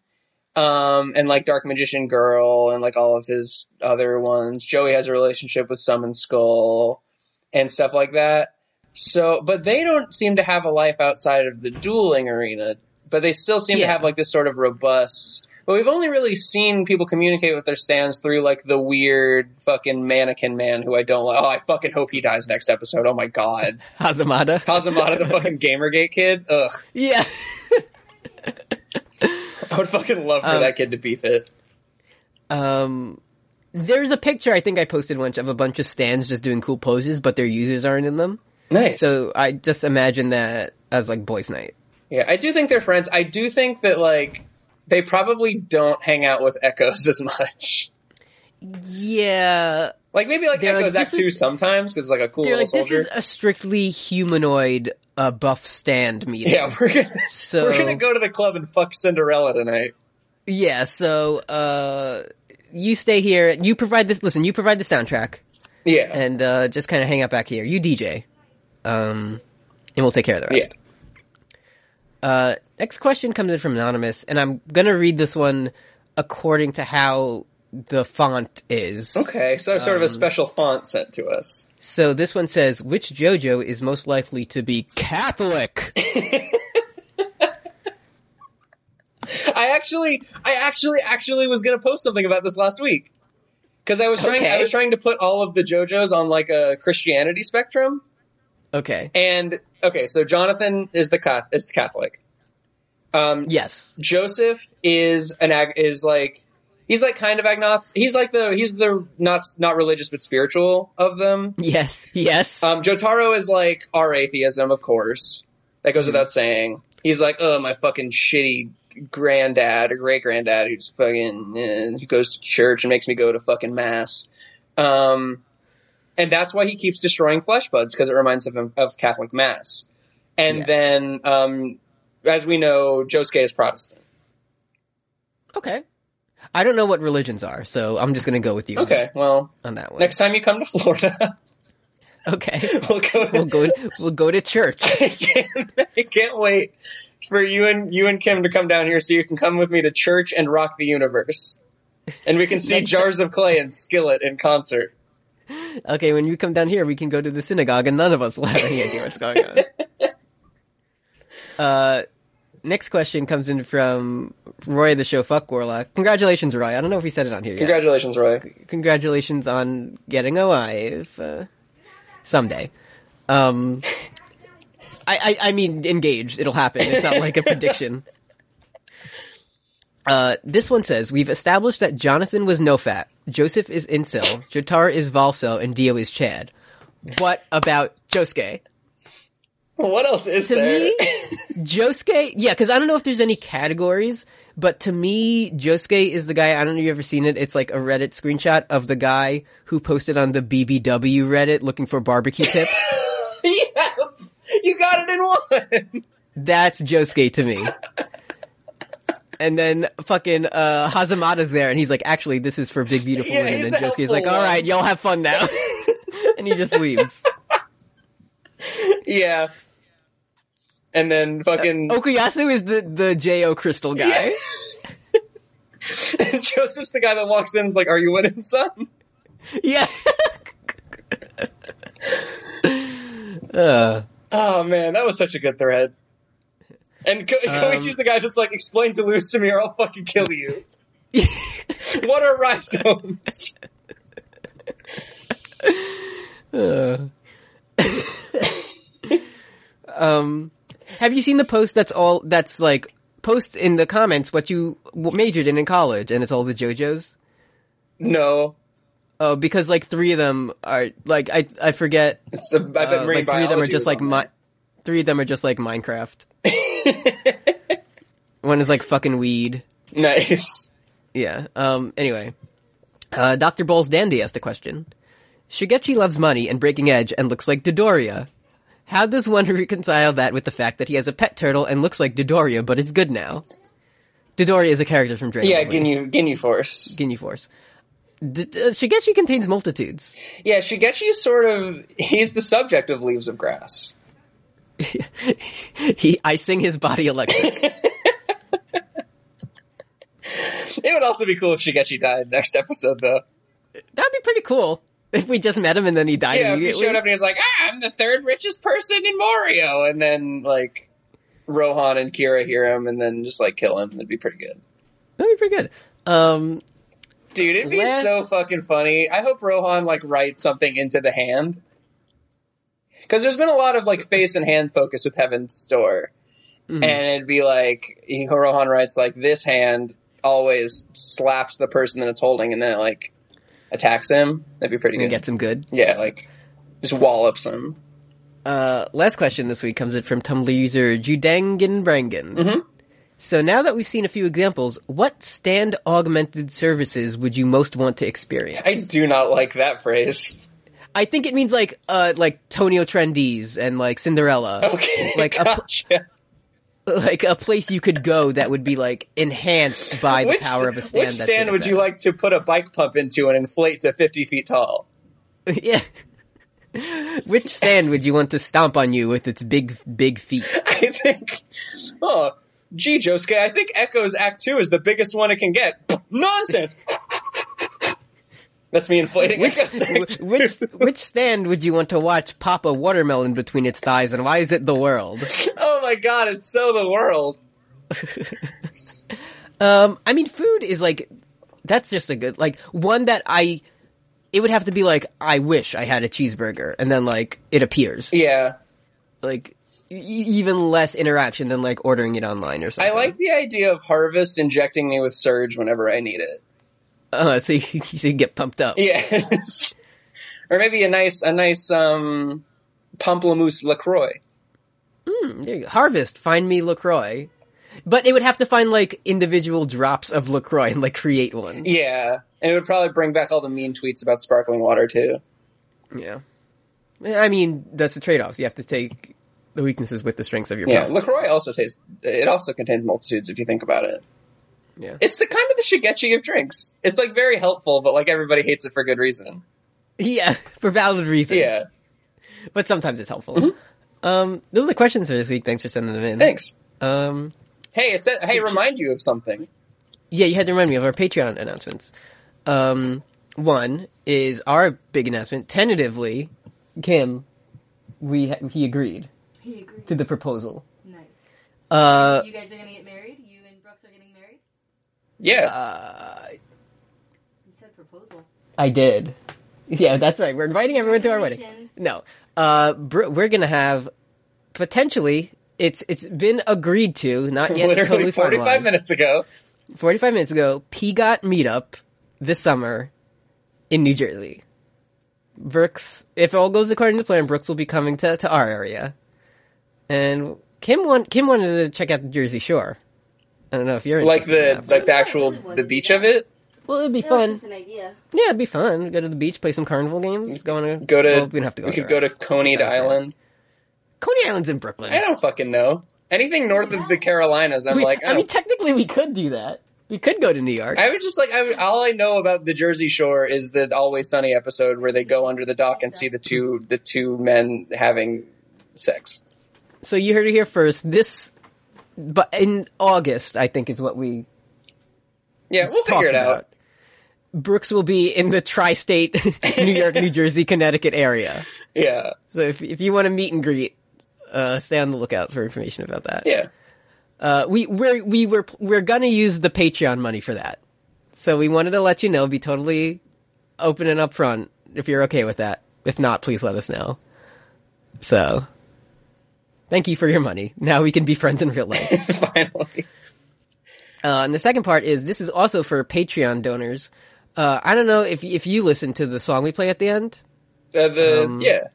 B: um and like Dark Magician Girl and like all of his other ones. Joey has a relationship with Summon Skull and stuff like that. So, but they don't seem to have a life outside of the dueling arena, but they still seem to
A: Yeah.
B: have like this sort of robust. But we've only really seen people communicate with their stands through like the weird fucking mannequin man who I don't like. Oh, I fucking hope he dies next episode. Oh my god.
A: hazamada
B: Kazamata, the fucking Gamergate kid. Ugh.
A: yeah
B: I would fucking love for
A: Um,
B: that kid to be fit.
A: um there's a picture i think i posted once of a bunch of stands just doing cool poses but their users aren't in them
B: Nice.
A: so i just imagine that as like boys night
B: Yeah, I do think they're friends. I do think that like they probably don't hang out with Echoes as much.
A: yeah
B: Like maybe like
A: They're like,
B: Echoes Act
A: "This
B: Two
A: is-
B: sometimes because like a cool
A: they're
B: little
A: like this
B: soldier.
A: is a strictly humanoid uh, buff stand meeting
B: Yeah, we're gonna
A: so
B: we're gonna go to the club and fuck Cinderella tonight.
A: Yeah, so uh you stay here. You provide this listen, you provide the soundtrack
B: Yeah,
A: and uh just kind of hang out back here. You DJ. Um and we'll take care of the rest. Uh next question comes in from anonymous and I'm going to read this one according to how the font is.
B: yeah. Okay, so sort of
A: Um,
B: a special font sent to us.
A: So this one says which JoJo is most likely to be Catholic?
B: I actually, I actually, actually was gonna post something about this last week because I was trying, I
A: Okay.
B: was trying to put all of the JoJos on like a Christianity spectrum.
A: okay.
B: And okay, so Jonathan is the cath- is the Catholic. Um,
A: Yes.
B: Joseph is an ag- is like he's like kind of agnostic. He's like the he's the not not religious but spiritual of them.
A: Yes. Yes.
B: Um, Jotaro is like our atheism, of course. That goes without saying. He's like, oh, my fucking shitty granddad or great granddad who's fucking eh, who goes to church and makes me go to fucking mass. Um, and that's why he keeps destroying flesh buds because it reminds him of Catholic mass. And
A: Yes.
B: then, um, as we know, Josuke is Protestant.
A: okay. I don't know what religions are, so I'm just going to go with you on-
B: Okay, well,
A: on, that one.
B: next time you come to Florida,
A: Okay.
B: we'll go.
A: we'll go. We'll go to church.
B: I can't, I can't wait for you and you and Kim to come down here so you can come with me to church and rock the universe. And we can see
A: Next-
B: jars of clay and skillet in concert.
A: Okay, when you come down here, we can go to the synagogue, and none of us will have any idea what's going on. Uh, next question comes in from Roy the Show Fuck Warlock. Congratulations, Roy. I don't know if he said it on here yet.
B: Congratulations, Roy.
A: Congratulations on getting a wife uh, someday. Um, I, I I mean engaged. It'll happen. It's not like a prediction. Uh, this one says we've established that Jonathan was no fat, Joseph is incel, Jotaro is Valso, and Dio is Chad. What about Josuke?
B: What else is
A: To
B: there?
A: me, Josuke, yeah, because I don't know if there's any categories, but to me, Josuke is the guy. I don't know if you've ever seen it. It's like a Reddit screenshot of the guy who posted on the BBW Reddit looking for barbecue tips.
B: yeah, you got it in one.
A: That's Josuke to me. And then fucking uh Hazamada's there, and he's like, "Actually, this is for big beautiful
B: Yeah,
A: women."
B: he's
A: And
B: the
A: Josuke's like,
B: helpful
A: "All
B: one.
A: right, y'all have fun now," and he just leaves.
B: Yeah. And then fucking
A: Uh, Okuyasu is the the Jo Crystal guy.
B: Joseph's the guy that walks in and is like, Are you winning son?
A: Yeah. uh, Uh,
B: Oh man, that was such a good thread. And Ko-
A: Um,
B: Koichi's the guy that's like, explain Duluth to me or I'll fucking kill you. what are rhizomes?
A: Um, have you seen the post that's all that's like post in the comments what you w- majored in in college, and it's all the JoJos?
B: No.
A: Oh, because like three of them are like I I forget.
B: It's the, I've been
A: uh,
B: reading
A: like three of them are
B: biology
A: just
B: or
A: like
B: something.
A: mi- three of them are just like Minecraft. One is like fucking weed.
B: Nice.
A: Yeah. Um. Anyway, uh, Doctor Bowles Dandy asked a question. Shigechi loves money and Breaking Edge and looks like Dodoria. How does one reconcile that with the fact that he has a pet turtle and looks like Dodoria, but it's good now? Dodoria is a character from Dragon
B: Yeah,
A: Ball.
B: Ginyu, Ginyu Force.
A: Ginyu Force. D- uh, Shigechi contains multitudes.
B: Yeah, Shigechi is sort of, he's the subject of Leaves of Grass.
A: he icing his body electric.
B: It would also be cool if Shigechi died next episode, though.
A: That'd be pretty cool if we just met him and then he died
B: Yeah, if he
A: immediately.
B: showed up and he was like, ah, I'm the third richest person in Mario, and then like Rohan and Kira hear him and then just like kill him, it'd be pretty good.
A: That'd be pretty good. Um,
B: Dude, it'd be
A: Last-
B: so fucking funny. I hope Rohan like writes something into the hand. Because there's been a lot of like face and hand focus with Heaven's Door.
A: Mm-hmm.
B: And it'd be like he- Rohan writes like this hand always slaps the person that it's holding and then it like attacks him. That'd be pretty
A: and
B: good.
A: get some good.
B: yeah, like just wallops him.
A: Uh, last question this week comes in from Tumblr user Judangenbrangen.
B: Mm-hmm.
A: So now that we've seen a few examples, what stand augmented services would you most want to experience?
B: I do not like that phrase.
A: I think it means like, uh, like Tonio Trendes and like Cinderella.
B: Okay,
A: Like a-
B: gotcha. Oh.
A: Like a place you could go that would be like enhanced by the
B: which
A: power of a stand.
B: which
A: that
B: stand
A: did it
B: would you
A: better.
B: like to put a bike pump into and inflate to fifty feet tall?
A: yeah. Which stand would you want to stomp on you with its big, big feet?
B: I think. Oh, gee, Josuke, I think Echo's Act Two is the biggest one it can get. Nonsense. That's me inflating. Echo's Act
A: Wh- which
B: Two.
A: which stand would you want to watch pop a watermelon between its thighs, and why is it the world?
B: Oh my god, it's so the world.
A: Um, I mean, food is like that's just a good like one that I. It would have to be like I wish I had a cheeseburger, and then like it appears
B: Yeah,
A: like e- even less interaction than like ordering it online or
B: I
A: something.
B: like the idea of Harvest injecting me with Surge whenever I need it.
A: uh, so you, so you get pumped up.
B: Yes. or maybe a nice a nice um pamplemousse LaCroix.
A: There you go. Harvest, find me Lacroix, but it would have to find like individual drops of Lacroix and like create one.
B: Yeah. And it would probably bring back all the mean tweets about sparkling water too.
A: Yeah. Eh, I mean, that's the trade-off. You have to take the weaknesses with the strengths of your
B: Yeah.
A: product.
B: LaCroix also tastes it also contains multitudes if you think about it.
A: Yeah.
B: It's the kind of the shigechi of drinks. It's like very helpful, but like everybody hates it for good reason.
A: Yeah, for valid reasons.
B: Yeah. Mm-hmm.
A: But sometimes it's helpful. Um, those are the questions for this week. Thanks for sending them in.
B: Thanks.
A: Um,
B: Hey, it's a, hey, remind you of something.
A: yeah, you had to remind me of our Patreon announcements. Um, one is our big announcement. Tentatively, Kim, we ha- he agreed
C: He agreed.
A: to the proposal.
C: Nice.
A: Uh,
C: You guys are gonna get married. You and Brooks are getting married.
B: Yeah.
A: Uh,
C: You said proposal.
A: I did. Yeah, that's right. We're inviting everyone to our wedding.
C: Congratulations.
A: No, uh, br- we're gonna have potentially. It's it's been agreed to, not yet
B: Literally
A: totally
B: 45
A: finalized.
B: minutes ago.
A: Forty five minutes ago, PGOT meetup this summer in New Jersey. Brooks, if all goes according to plan, Brooks will be coming to, to our area, and Kim want, Kim wanted to check out the Jersey Shore. I don't know if you're
B: Like
A: interested in
B: the
A: that, but-
B: like the actual the beach of it.
A: well, it'd be
C: That was
A: fun.
C: just an idea.
A: Yeah, it'd be fun. Go to the beach, play some carnival games. Go on a
B: Go to
A: Well, we don't have to go.
B: we could
A: there.
B: go to Coney
A: That's bad.
B: Island.
A: Coney Island's in Brooklyn.
B: I don't fucking know. Anything north of the Carolinas, I'm
A: We-
B: like, oh.
A: I mean, technically, we could do that. We could go to New York.
B: I would just like, I would, all I know about the Jersey Shore is the Always Sunny episode where they go under the dock and see the two the two men having sex.
A: so you heard it here first. This, but in August, I think is what we
B: Yeah, we'll
A: talked
B: figure it
A: about.
B: out.
A: Brooks will be in the tri-state New York, New Jersey, Connecticut area.
B: Yeah,
A: So if if you want to meet and greet, uh, stay on the lookout for information about that.
B: yeah.
A: Uh, we we're, we were we're gonna use the Patreon money for that, so we wanted to let you know, be totally open and upfront if you're okay with that. If not, please let us know. So, thank you for your money. Now we can be friends in real life.
B: Finally.
A: Uh, and the second part is this is also for Patreon donors. Uh, I don't know if if you listen to the song we play at the end,
B: Uh, the yeah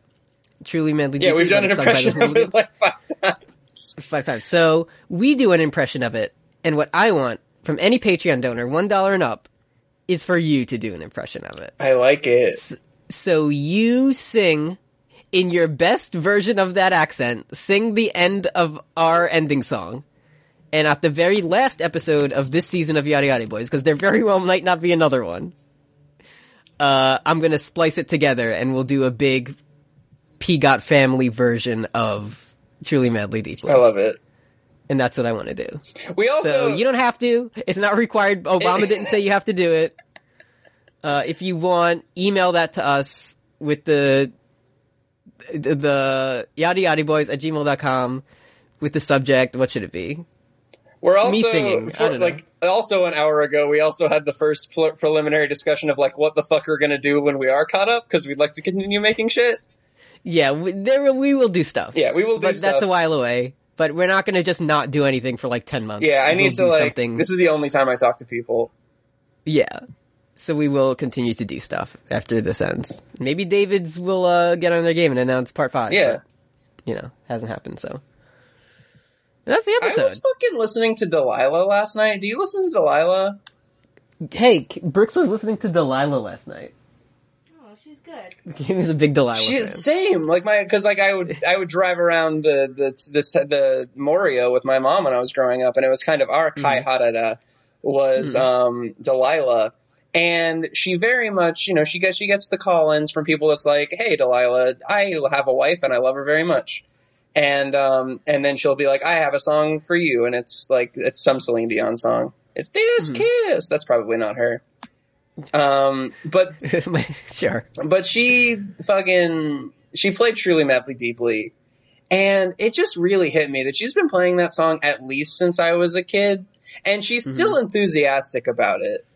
A: "Truly Madly."
B: yeah
A: Deeply,
B: we've done
A: but
B: an
A: it's Um, sung by the
B: impression of it
A: Hooligans
B: like five times.
A: five times. So we do an impression of it, and what I want from any Patreon donor, one dollar and up, is for you to do an impression of it.
B: I like it.
A: So you sing in your best version of that accent, sing the end of our ending song. And at the very last episode of this season of Yada Yada Boys, because there very well might not be another one, uh, I'm gonna splice it together and we'll do a big Peagot family version of Truly Madly Deeply.
B: I love it.
A: And that's what I want to do.
B: We also
A: So you don't have to. It's not required. Obama didn't say you have to do it. Uh, if you want, email that to us with the the, the yada yada boys at gmail.com with the subject. What should it be?
B: We're also
A: singing. I
B: for-
A: don't know.
B: like also an hour ago. We also had the first pl- preliminary discussion of like what the fuck we're gonna do when we are caught up because we'd like to continue making shit.
A: Yeah, we, there will- we will do stuff.
B: Yeah, we will do
A: but
B: stuff.
A: that's a while away. But we're not going to just not do anything for like ten months.
B: yeah, I
A: We'll
B: need to
A: do
B: like.
A: something.
B: This is the only time I talk to people.
A: Yeah. So we will continue to do stuff after this ends. Maybe David's will uh, get on their game and announce part five.
B: Yeah.
A: but, you know, hasn't happened, so. And that's the
B: I was
A: episode.
B: fucking listening to Delilah last night. Do you listen to Delilah?
A: Hey, K- Brooks was listening to Delilah last night.
C: Oh, she's good.
A: He was a big Delilah
B: She
A: fan.
B: same like my because like I would I would drive around the the the, the Morio with my mom when I was growing up, and it was kind of our Kai Harada was um, Delilah, and she very much you know she gets she gets the call ins from people that's like, hey Delilah, I have a wife and I love her very much, and um and then she'll be like, I have a song for you, and it's like it's some Celine Dion song. It's this kiss. That's probably not her. Um, but
A: My- sure.
B: but she fucking she played truly madly deeply and it just really hit me that she's been playing that song at least since i was a kid and she's
A: Mm-hmm.
B: still enthusiastic about it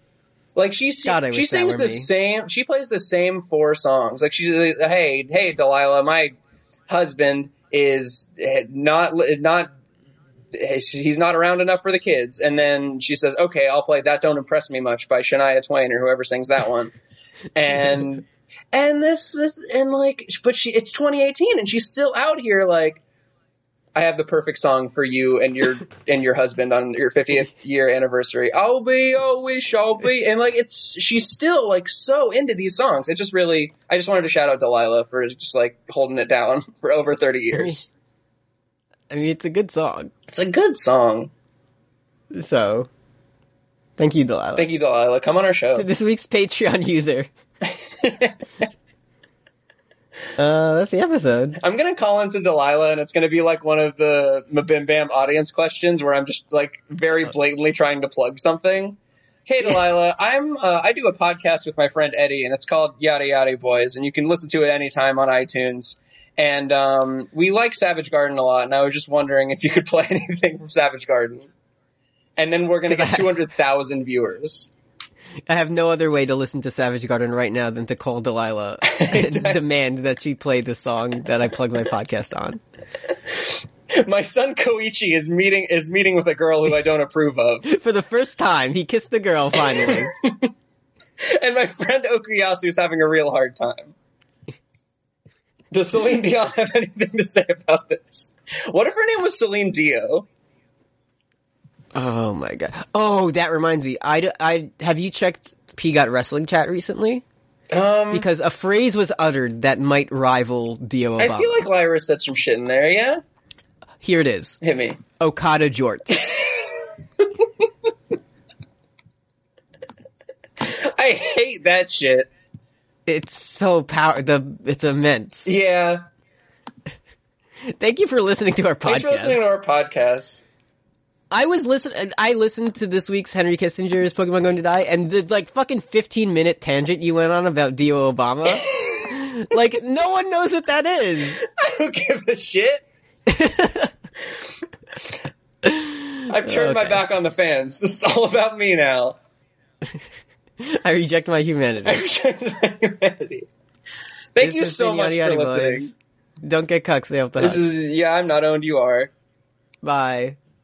B: like she se-
A: God, I
B: she
A: wish that
B: sings
A: were
B: the
A: me.
B: same she plays the same four songs like she's like, hey hey delilah my husband is eh, not li- not eh, he's not around enough for the kids and then she says okay i'll play that don't impress me much by shania twain or whoever sings that one and and this this and like but she it's 2018 and she's still out here like I have the perfect song for you and your and your husband on your 50th year anniversary. I'll be, oh, we shall be, and like it's she's still like so into these songs. It just really, I just wanted to shout out Delilah for just like holding it down for over 30 years.
A: I mean, it's a good song.
B: It's a good song.
A: So, thank you, Delilah.
B: Thank you, Delilah. Come on our show.
A: to this week's Patreon user. uh, that's the episode.
B: I'm gonna call into Delilah, and it's gonna be like one of the Mabim Bam audience questions where I'm just like very blatantly trying to plug something. Hey Delilah, I'm uh, I do a podcast with my friend Eddie, and it's called Yada Yada Boys, and you can listen to it anytime on iTunes. And um, we like Savage Garden a lot, and I was just wondering if you could play anything from Savage Garden. And then we're gonna
A: 'Cause
B: get
A: I-
B: two hundred thousand viewers.
A: I have no other way to listen to Savage Garden right now than to call Delilah and demand that she play the song that I plug my podcast on.
B: My son Koichi is meeting is meeting with a girl who I don't approve of.
A: For the first time, he kissed the girl finally.
B: and my friend Okuyasu is having a real hard time. Does Celine Dion have anything to say about this? What if her name was Celine Dio?
A: oh my god. Oh, that reminds me. I, I, have you checked Got Wrestling Chat recently?
B: Um,
A: Because a phrase was uttered that might rival Dio
B: I
A: Obama.
B: feel like Lyra said some shit in there. Yeah,
A: Here it is.
B: hit me.
A: Okada jorts.
B: I hate that shit.
A: it's so power, the, it's immense.
B: Yeah,
A: Thank you for listening to our
B: thanks for listening to
A: podcast.
B: our podcast.
A: I was listening. I listened to this week's Henry Kissinger's Pokemon Going to Die, and the like fucking fifteen minute tangent you went on about Dio Obama. like no one knows what that is.
B: I don't give a shit. I've turned my
A: Okay.
B: back on the fans. This is all about me now.
A: I reject my humanity.
B: I've turned my humanity. Thank
A: This
B: you
A: has
B: so
A: been
B: much
A: Yada Yada
B: for
A: Boys.
B: listening.
A: Don't get cucks. They have to.
B: This
A: hug.
B: is yeah. I'm not owned. You are.
A: Bye.